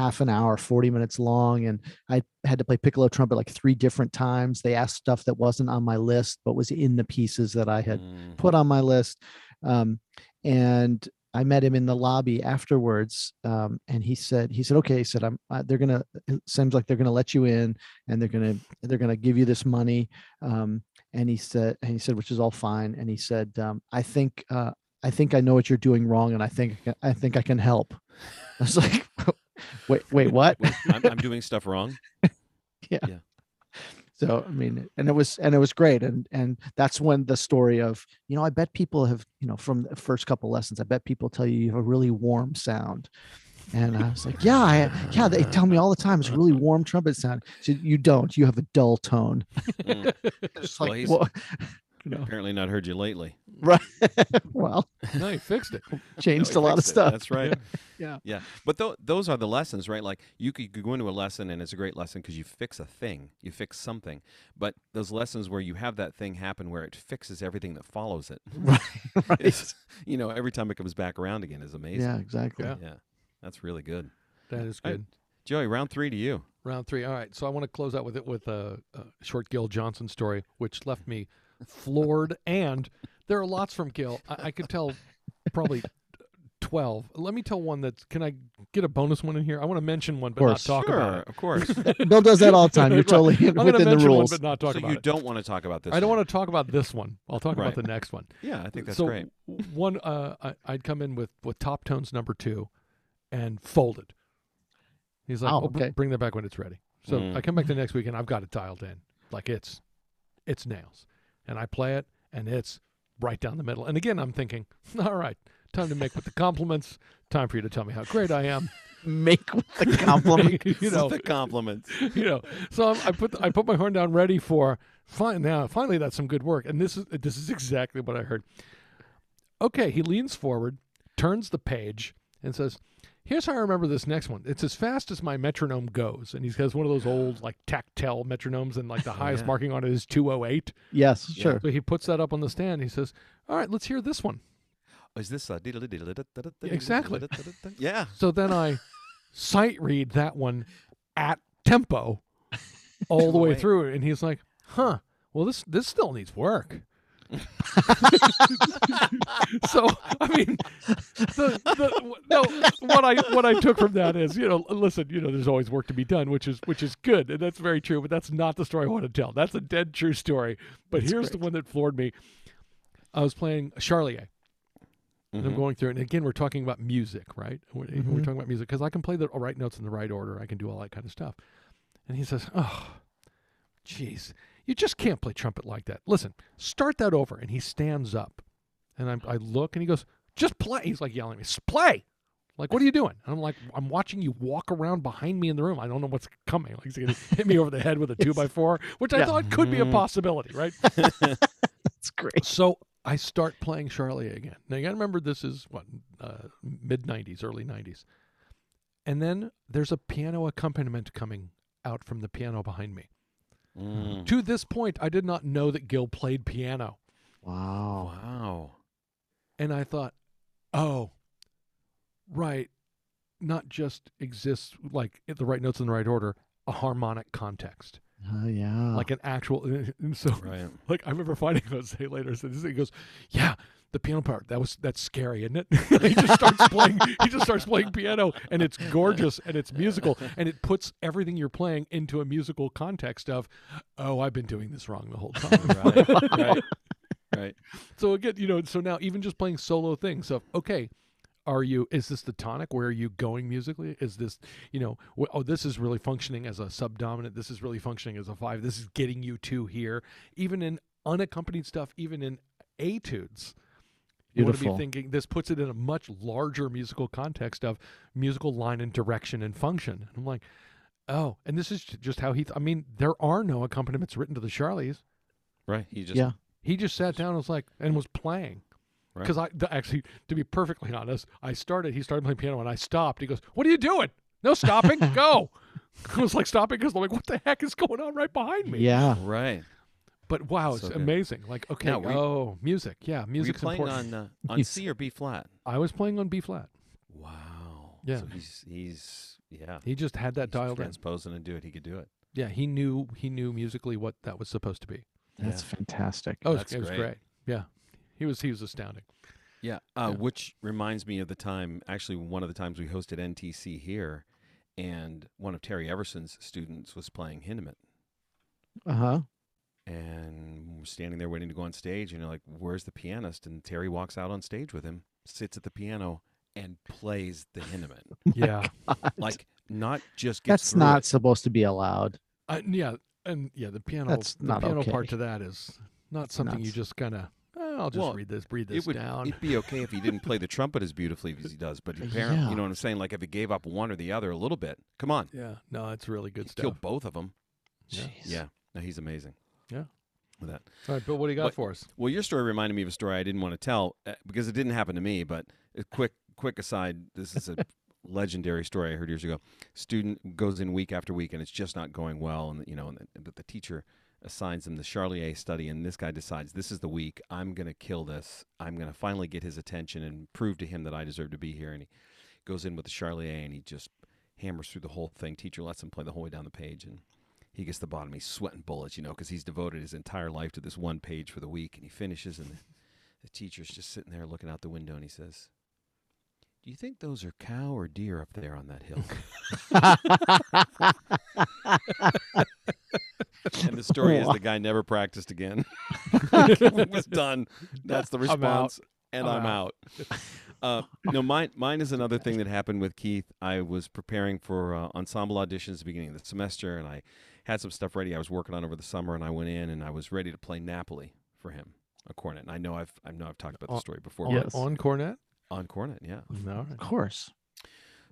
Speaker 3: half an hour 40 minutes long and i had to play piccolo trumpet like three different times they asked stuff that wasn't on my list but was in the pieces that i had
Speaker 1: Mm.
Speaker 3: put on my list. Um, and I met him in the lobby afterwards, um, and he said, "He said, okay, he said, I'm. Uh, they're gonna. It seems like they're gonna let you in, and they're gonna they're gonna give you this money." Um, and he said, and he said, which is all fine. And he said, um, I think uh, I think I know what you're doing wrong, and I think I think I can help. I was like, wait, wait, what?
Speaker 1: Wait, I'm, I'm doing stuff wrong.
Speaker 3: So I mean, and it was and it was great, and and that's when the story of you know I bet people have you know from the first couple lessons I bet people tell you you have a really warm sound, and I was like yeah I, yeah they tell me all the time it's a really warm trumpet sound. So you don't you have a dull tone.
Speaker 1: Mm.
Speaker 3: It's
Speaker 1: Well,
Speaker 3: like
Speaker 1: he's-
Speaker 3: well,
Speaker 1: Apparently not heard you lately.
Speaker 3: right, well
Speaker 2: No, you fixed it.
Speaker 3: changed
Speaker 1: No,
Speaker 3: a
Speaker 1: he
Speaker 3: lot of
Speaker 1: fixed it.
Speaker 3: stuff.
Speaker 1: That's right.
Speaker 3: Yeah.
Speaker 1: Yeah. But tho- those are the lessons, right? Like you could go into a lesson and it's a great lesson because you fix a thing, you fix something. But those lessons where you have that thing happen where it fixes everything that follows it,
Speaker 3: Right, right.
Speaker 1: is- you know, every time it comes back around again is amazing.
Speaker 3: Yeah, exactly.
Speaker 2: Yeah.
Speaker 1: Yeah. That's really good.
Speaker 2: That is
Speaker 1: I-
Speaker 2: good.
Speaker 1: Joey, round three to you.
Speaker 2: Round three. All right. So I want to close out with it with a, a short Gil Johnson story, which left me floored. And there are lots from Gil. I, I could tell probably twelve. Let me tell one that's. Can I get a bonus one in here? I want to mention one, but not
Speaker 3: course.
Speaker 2: talk
Speaker 1: sure,
Speaker 2: about it.
Speaker 1: of course.
Speaker 3: Bill does that all the time. You're
Speaker 2: Right.
Speaker 3: totally
Speaker 2: I'm going to
Speaker 3: within the
Speaker 2: mention one,
Speaker 3: rules.
Speaker 2: but not talk
Speaker 1: so
Speaker 2: about
Speaker 1: you
Speaker 2: it.
Speaker 1: don't want to talk about this.
Speaker 2: I don't want to talk about this one. I'll talk
Speaker 1: Right.
Speaker 2: about the next one.
Speaker 1: to. Yeah, I think that's
Speaker 2: so
Speaker 1: great.
Speaker 2: w- one, uh, I, I'd come in with with top tones number two, and folded. He's like,
Speaker 3: Oh,
Speaker 2: oh, br-
Speaker 3: okay.
Speaker 2: bring that back when it's ready. So
Speaker 1: Mm.
Speaker 2: I come back the next week and I've got it dialed in, like it's, it's nails, and I play it and it's right down the middle. And again, I'm thinking, all right, time to make with the compliments. Time for you to tell me how great I am.
Speaker 3: Make with the compliment.
Speaker 2: you know,
Speaker 1: the compliments.
Speaker 2: you know. So I'm, I put the, I put my horn down, ready for fine now. Finally, that's some good work. And this is this is exactly what I heard. Okay, he leans forward, turns the page, and says, Here's how I remember this next one. It's as fast as my metronome goes, and he has one of those old like tactile metronomes, and like the highest
Speaker 1: yeah.
Speaker 2: marking on it is 208.
Speaker 3: Yes,
Speaker 1: Yeah.
Speaker 3: sure.
Speaker 2: So he puts that up on the stand. He says, "All right, let's hear this one."
Speaker 1: Is this a
Speaker 2: Exactly.
Speaker 1: Yeah.
Speaker 2: So then I sight read that one at tempo all the way
Speaker 1: Right.
Speaker 2: through, and he's like, "Huh? Well, this this still needs work." so I mean, the, the, no, what I what I took from that is, you know, listen, you know, there's always work to be done, which is which is good, and that's very true. But that's not the story I want to tell. That's a dead true story. But
Speaker 3: That's
Speaker 2: here's the
Speaker 3: great.
Speaker 2: one that floored me. I was playing Charlier. And I'm
Speaker 1: Mhm.
Speaker 2: going through, it. and again, we're talking about music, right? We're, we're
Speaker 3: Mhm.
Speaker 2: talking about music because I can play the right notes in the right order. I can do all that kind of stuff. And he says, "Oh, jeez, you just can't play trumpet like that. Listen, start that over." And he stands up, and I'm, I look, and he goes, "Just play." He's like yelling at me, "S- "Play!" Like, what are you doing? And I'm like, I'm watching you walk around behind me in the room. I don't know what's coming. Like, he's gonna hit me over the head with a two by four, which I
Speaker 3: Yeah.
Speaker 2: thought could be a
Speaker 1: Mhm.
Speaker 2: possibility, right?
Speaker 3: That's great.
Speaker 2: So I start playing Charlie again. Now you got to remember this is what uh, mid '90s, early '90s, and then there's a piano accompaniment coming out from the piano behind me.
Speaker 1: Mm.
Speaker 2: To this point, I did not know that Gil played piano,
Speaker 3: Wow.
Speaker 1: Wow.
Speaker 2: and I thought, oh, right, not just exists like the right notes in the right order, a harmonic context,
Speaker 3: Oh, yeah.
Speaker 2: like an actual. And so
Speaker 1: Right.
Speaker 2: Like I remember finding Jose later. So this, he goes, "Yeah, the piano part that was that's scary, isn't it?" he just starts playing. He just starts playing piano, and it's gorgeous and it's musical, and it puts everything you're playing into a musical context of, "Oh, I've been doing this wrong the whole time."
Speaker 1: Right. Right. Right.
Speaker 2: so again, you know, so now even just playing solo things of, okay. Are you? Is this the tonic? Where are you going musically? Is this, you know, wh- oh, this is really functioning as a subdominant. This is really functioning as a five. This is getting you to here even in unaccompanied stuff, even in etudes. You want to be
Speaker 3: Beautiful.
Speaker 2: thinking this puts it in a much larger musical context of musical line and direction and function. And I'm like, oh, and this is j- just how he. Th- I mean, there are no accompaniments written to the Charlies.
Speaker 1: Right. He just
Speaker 3: Yeah.
Speaker 2: He just sat down and was like, and was playing.
Speaker 1: Right.
Speaker 2: Because I th- actually, to be perfectly honest, I started. He started playing piano, and I stopped. He goes, "What are you doing? No stopping, go!" I was like stopping because I'm like, "What the heck is going on right behind me?"
Speaker 3: Yeah.
Speaker 1: Right.
Speaker 2: But wow, it's
Speaker 1: So good.
Speaker 2: amazing. Like, okay,
Speaker 1: Now, were you-
Speaker 2: oh, music. Yeah,
Speaker 1: Were you
Speaker 2: music's
Speaker 1: playing
Speaker 2: important.
Speaker 1: on uh, on
Speaker 3: He's-
Speaker 1: C or B flat?
Speaker 2: I was playing on B flat.
Speaker 1: Wow.
Speaker 2: Yeah.
Speaker 1: So he's he's yeah.
Speaker 2: He just had that
Speaker 1: he's
Speaker 2: dialed in.
Speaker 1: transposing and do it. He could do it.
Speaker 2: Yeah, he knew he knew musically what that was supposed to be.
Speaker 3: That's fantastic.
Speaker 2: Oh, it was-
Speaker 1: That's
Speaker 2: it was
Speaker 1: great.
Speaker 2: great. Yeah, he was he was astounding.
Speaker 1: Yeah, uh,
Speaker 2: Yeah.
Speaker 1: which reminds me of the time, actually, one of the times we hosted NTC here, and one of Terry Everson's students was playing Hindemith,
Speaker 3: Uh huh.
Speaker 1: and we're standing there waiting to go on stage, and you're like, "Where's the pianist?" And Terry walks out on stage with him, sits at the piano, and plays the Hindemith.
Speaker 2: yeah,
Speaker 1: like, not just gets
Speaker 3: That's
Speaker 1: through
Speaker 3: not
Speaker 1: it.
Speaker 3: supposed to be allowed.
Speaker 2: I, Uh, yeah, and yeah, the piano.
Speaker 3: That's
Speaker 2: the
Speaker 3: not
Speaker 2: piano part
Speaker 3: okay.
Speaker 2: to that is not something you
Speaker 3: nuts.
Speaker 2: just kind of. I'll just
Speaker 1: Well,
Speaker 2: read this, breathe this
Speaker 1: It would
Speaker 2: down.
Speaker 1: it'd be okay if he didn't play the trumpet as beautifully as he does, but apparently,
Speaker 3: Yeah.
Speaker 1: you know what I'm saying? Like if he gave up one or the other a little bit, come on,
Speaker 2: yeah, no, it's really good
Speaker 1: he'd
Speaker 2: stuff.
Speaker 1: kill both of them.
Speaker 2: Yeah.
Speaker 3: Jeez.
Speaker 1: Yeah, no, he's amazing.
Speaker 2: Yeah.
Speaker 1: with that.
Speaker 2: All right, but what do you got
Speaker 1: But-
Speaker 2: for us?
Speaker 1: Well, your story reminded me of a story I didn't want to tell uh, because it didn't happen to me. But a quick, quick aside. This is a legendary story I heard years ago. Student goes in week after week, and it's just not going well. And you know, and the, but the teacher assigns them the Charlier study, and this guy decides this is the week I'm going to kill this. I'm going to finally get his attention and prove to him that I deserve to be here. And he goes in with the Charlier, and he just hammers through the whole thing. Teacher lets him play the whole way down the page, and he gets to the bottom. He's sweating bullets, you know, because he's devoted his entire life to this one page for the week. And he finishes, and the, the teacher's just sitting there looking out the window, and he says, "Do you think those are cow or deer up there on that hill?" and the story is the guy never practiced again. it was done. That's the
Speaker 2: I'm out.
Speaker 1: response, and
Speaker 2: I'm
Speaker 1: I'm out. Uh, no, mine mine is another thing that happened with Keith. I was preparing for uh, ensemble auditions at the beginning of the semester, and I had some stuff ready I was working on over the summer, and I went in and I was ready to play Napoli for him, a cornet. And I know I've I know I've talked about
Speaker 2: On-
Speaker 1: the story before.
Speaker 2: On,
Speaker 1: but
Speaker 3: Yes.
Speaker 2: on cornet.
Speaker 1: on cornet, yeah.
Speaker 2: All
Speaker 3: Of
Speaker 2: right.
Speaker 3: course.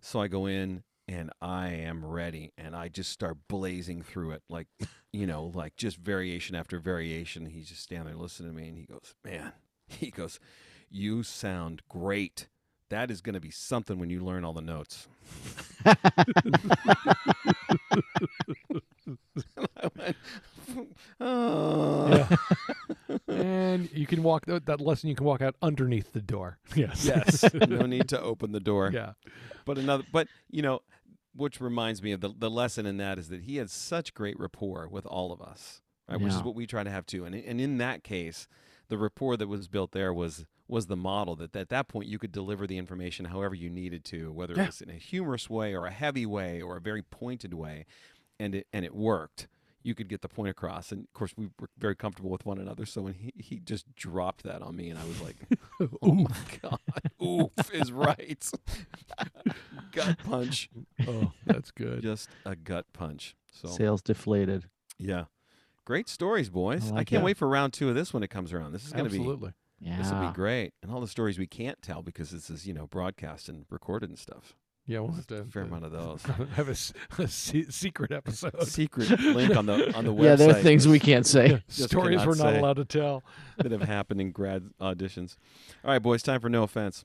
Speaker 1: So I go in and I am ready and I just start blazing through it like you know, like just variation after variation. He's just standing there listening to me and he goes, Man, he goes, You sound great. That is going to be something when you learn all the notes. And I went, "Oh."
Speaker 2: and you can walk th- that lesson. You can walk out underneath the door. Yes.
Speaker 1: yes, no need to open the door.
Speaker 2: yeah.
Speaker 1: But another, but you know, which reminds me of the, the lesson in that is that he had such great rapport with all of us, right? Which is
Speaker 3: Yeah.
Speaker 1: what we try to have too. And and in that case, the rapport that was built there was was the model that at that point you could deliver the information however you needed to, whether
Speaker 2: Yeah.
Speaker 1: it was in a humorous way or a heavy way or a very pointed way, and it and it worked. You could get the point across, and of course we were very comfortable with one another. So when he, he just dropped that on me, and I was like, "Oh my god, oof is right." Gut punch
Speaker 2: Oh, that's good.
Speaker 1: just a gut punch. So
Speaker 3: Sales deflated.
Speaker 1: yeah, great stories, boys. I,
Speaker 3: like
Speaker 1: can't
Speaker 3: it.
Speaker 1: wait for round two of this when it comes around. This is going to be
Speaker 2: Absolutely.
Speaker 3: Yeah.
Speaker 1: this will be great, and all the stories we can't tell because this is you know broadcast and recorded and stuff.
Speaker 2: Yeah, we'll have to
Speaker 1: A fair
Speaker 2: to
Speaker 1: amount of those.
Speaker 2: have a, s- a se- secret episode.
Speaker 1: Secret link on the on the website.
Speaker 3: yeah, there are things we can't say.
Speaker 1: Just
Speaker 2: Stories
Speaker 1: cannot
Speaker 2: we're not
Speaker 1: say.
Speaker 2: allowed to tell.
Speaker 1: that have happened in grad auditions. All right, boys, time for no offense.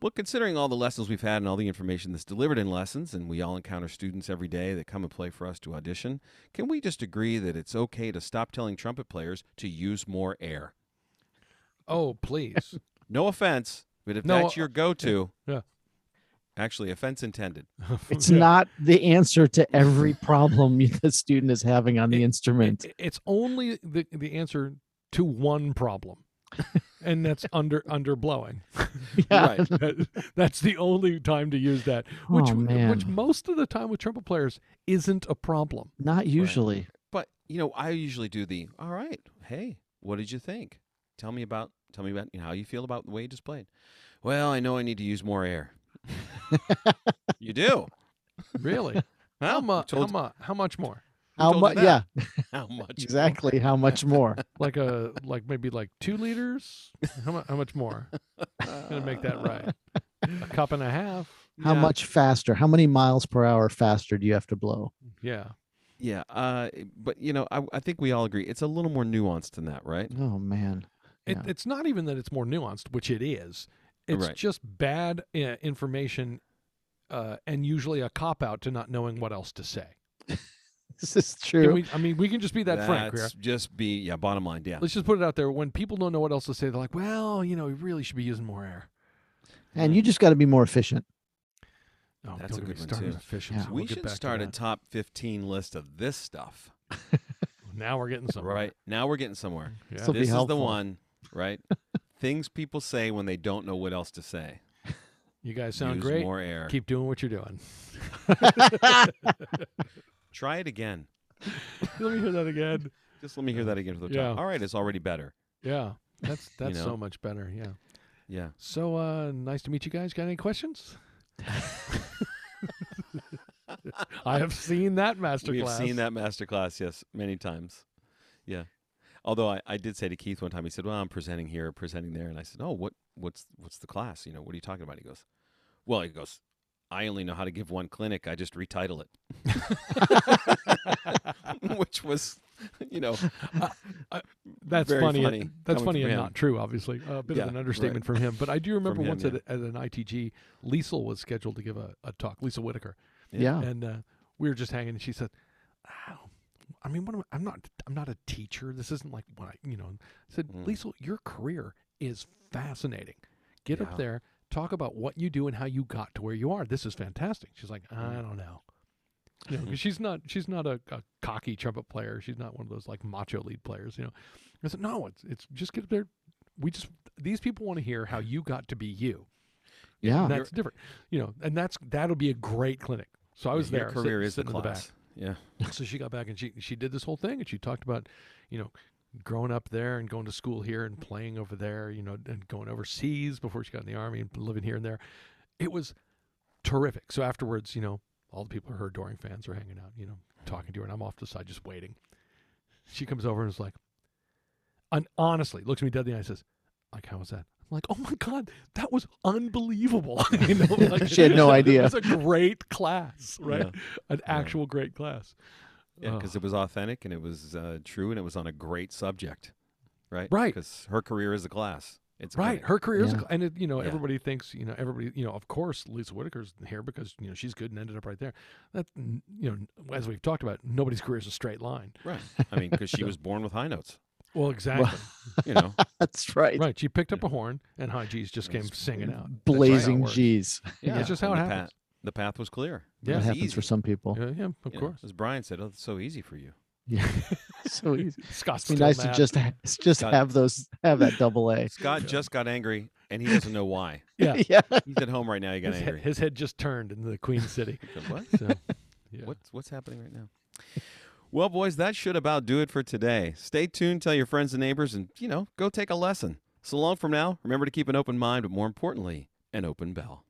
Speaker 1: Well, considering all the lessons we've had and all the information that's delivered in lessons, and we all encounter students every day that come and play for us to audition, can we just agree that it's okay to stop telling trumpet players to use more air?
Speaker 2: Oh, please.
Speaker 1: No offense, but if
Speaker 2: No, uh,
Speaker 1: that's your go to,
Speaker 2: yeah.
Speaker 1: actually, offense intended.
Speaker 3: It's
Speaker 2: Yeah.
Speaker 3: not the answer to every problem the student is having on the instrument.
Speaker 2: It- it's only the, the answer to one problem, and that's under underblowing.
Speaker 3: Yeah.
Speaker 1: Right.
Speaker 2: That- that's the only time to use that, which
Speaker 3: Oh, man.
Speaker 2: which most of the time with trumpet players isn't a problem.
Speaker 3: Not usually.
Speaker 1: But you know, I usually do the all right. Hey, what did you think? Tell me about tell me about you know, how you feel about the way you just played. Well, I know I need to use more air. you do.
Speaker 2: Really?
Speaker 1: Huh?
Speaker 2: how
Speaker 1: Who
Speaker 2: much? How,
Speaker 1: told-
Speaker 2: mu- how much more?
Speaker 3: How
Speaker 1: told you
Speaker 3: much?
Speaker 1: that?
Speaker 3: Yeah,
Speaker 1: how much?
Speaker 3: exactly. How much more?
Speaker 2: Like a like maybe like two liters? How, mu- how much more? I'm gonna make that right. A cup and a half.
Speaker 3: How
Speaker 1: Yeah.
Speaker 3: much faster? How many miles per hour faster do you have to blow?
Speaker 2: Yeah.
Speaker 1: Yeah. Uh, but you know, I, I think we all agree it's a little more nuanced than that, right?
Speaker 3: Oh man.
Speaker 2: It,
Speaker 3: Yeah.
Speaker 2: It's not even that it's more nuanced, which it is. It's
Speaker 1: Right.
Speaker 2: just bad uh, information, uh, and usually a cop out to not knowing what else to say.
Speaker 3: This is
Speaker 2: Can
Speaker 3: true.
Speaker 2: we, I mean, we can just be that frank here.
Speaker 1: That's Just be yeah. Bottom line, yeah.
Speaker 2: Let's just put it out there. When people don't know what else to say, they're like, "Well, you know, we really should be using more air."
Speaker 3: and you just got to be more efficient.
Speaker 2: Oh,
Speaker 1: That's
Speaker 2: don't
Speaker 1: a
Speaker 2: get me
Speaker 1: good one,
Speaker 2: started
Speaker 1: too.
Speaker 2: on efficiency.
Speaker 3: Yeah.
Speaker 2: We'll
Speaker 1: we
Speaker 2: get
Speaker 1: should
Speaker 2: back to
Speaker 1: start a
Speaker 2: that.
Speaker 1: top fifteen list of this stuff.
Speaker 2: Now we're getting somewhere.
Speaker 1: Right now, we're getting somewhere.
Speaker 2: Yeah.
Speaker 3: So- This'll be
Speaker 1: this is the
Speaker 3: helpful.
Speaker 1: one, right? Things people say when they don't know what else to say.
Speaker 2: you guys sound
Speaker 1: Use
Speaker 2: great.
Speaker 1: More air.
Speaker 2: Keep doing what you're doing.
Speaker 1: Try it again.
Speaker 2: Let me hear that again.
Speaker 1: Just let me hear that again for the
Speaker 2: Yeah.
Speaker 1: time. All right, it's already better.
Speaker 2: Yeah, that's that's
Speaker 1: know.
Speaker 2: so much better. Yeah.
Speaker 1: Yeah.
Speaker 2: So uh, nice to meet you guys. Got any questions? I have seen that masterclass.
Speaker 1: We've seen that masterclass, yes, many times. Yeah. Although I, I did say to Keith one time, he said, Well, I'm presenting here, presenting there. And I said, Oh, what what's what's the class? You know, what are you talking about? He goes, Well, he goes, I only know how to give one clinic. I just retitle it. Which was, you know,
Speaker 2: That's
Speaker 1: Very
Speaker 2: funny.
Speaker 1: funny
Speaker 2: That's
Speaker 1: coming
Speaker 2: funny
Speaker 1: from
Speaker 2: and
Speaker 1: him.
Speaker 2: not true, obviously. A bit
Speaker 1: Yeah,
Speaker 2: of an
Speaker 1: right.
Speaker 2: understatement from him. But I do remember
Speaker 1: him,
Speaker 2: once
Speaker 1: yeah.
Speaker 2: at, at an ITG, Liesel was scheduled to give a, a talk, Liesel Whitaker.
Speaker 3: yeah.
Speaker 2: And uh, we were just hanging, and she said, "Wow, I mean, what am I, I'm not. I'm not a teacher. This isn't like what I, you know." I said,
Speaker 1: Mm.
Speaker 2: "Liesel, your career is fascinating. Get
Speaker 1: Yeah.
Speaker 2: up there, talk about what you do and how you got to where you are. This is fantastic." She's like, "I
Speaker 1: Mm.
Speaker 2: don't know." You know, 'cause she's not she's not a, a cocky trumpet player. She's not one of those like macho lead players. You know, I said, "No, it's it's just get up there. We just these people want to hear how you got to be you.
Speaker 3: yeah.
Speaker 2: And that's different, you know. And that's that'll be a great clinic." So I was
Speaker 1: your
Speaker 2: there. sit-
Speaker 1: career is the
Speaker 2: sitting in the back
Speaker 1: class. yeah.
Speaker 2: so she got back and she she did this whole thing and she talked about you know growing up there and going to school here and playing over there you know and going overseas before she got in the army and living here and there it was terrific so afterwards you know all the people her adoring fans are hanging out you know talking to her and i'm off to the side just waiting she comes over and is like and honestly looks me dead in the eye and says like how was that I'm like, oh my God, that was unbelievable. you know, like,
Speaker 3: She had no idea.
Speaker 2: It was a great class, right?
Speaker 1: Yeah.
Speaker 2: An actual great class.
Speaker 1: Yeah, because it was authentic and it was uh, true and it was on a great subject. right?
Speaker 2: Right.
Speaker 1: Because her career is a class. It's a
Speaker 2: Right.
Speaker 1: clinic.
Speaker 2: Her career is, a
Speaker 3: Yeah.
Speaker 2: cl- and it, you know,
Speaker 1: Yeah.
Speaker 2: everybody thinks, you know, everybody, you know, of course, Lisa Whitaker's here because you know she's good and ended up right there. That, n- you know, as we've talked about, nobody's career is a straight line.
Speaker 1: Right. I mean, because she was born with high notes.
Speaker 2: Well, exactly.
Speaker 1: You know.
Speaker 3: That's right.
Speaker 2: right. She picked up a horn, and High G's just came
Speaker 1: It's
Speaker 2: singing out. That's right.
Speaker 3: Blazing
Speaker 2: How it works.
Speaker 3: G's.
Speaker 2: Yeah, it's just how
Speaker 1: and
Speaker 2: it
Speaker 1: the
Speaker 2: happens.
Speaker 1: Path, the path was clear. It
Speaker 2: Yeah.
Speaker 3: That
Speaker 1: was
Speaker 3: happens
Speaker 1: easy.
Speaker 3: for some people.
Speaker 2: Yeah, yeah, of
Speaker 1: You know,
Speaker 2: course.
Speaker 1: As Brian said, oh, it's so easy for you.
Speaker 3: Yeah. so easy.
Speaker 2: Scott's
Speaker 3: It's be
Speaker 2: still
Speaker 3: nice
Speaker 2: mad.
Speaker 3: to just ha- just
Speaker 1: Got it.
Speaker 3: have those have that double A.
Speaker 1: Scott
Speaker 2: Yeah.
Speaker 1: just got angry, and he doesn't know why.
Speaker 2: yeah.
Speaker 3: yeah.
Speaker 1: He's at home right now. He got
Speaker 2: His head,
Speaker 1: angry.
Speaker 2: his head just turned in the Queen City.
Speaker 1: He said, what?
Speaker 2: So, yeah.
Speaker 1: What's what's happening right now? Well, boys, that should about do it for today. Stay tuned, tell your friends and neighbors, and you know, go take a lesson. So long from now, remember to keep an open mind, but more importantly, an open bell.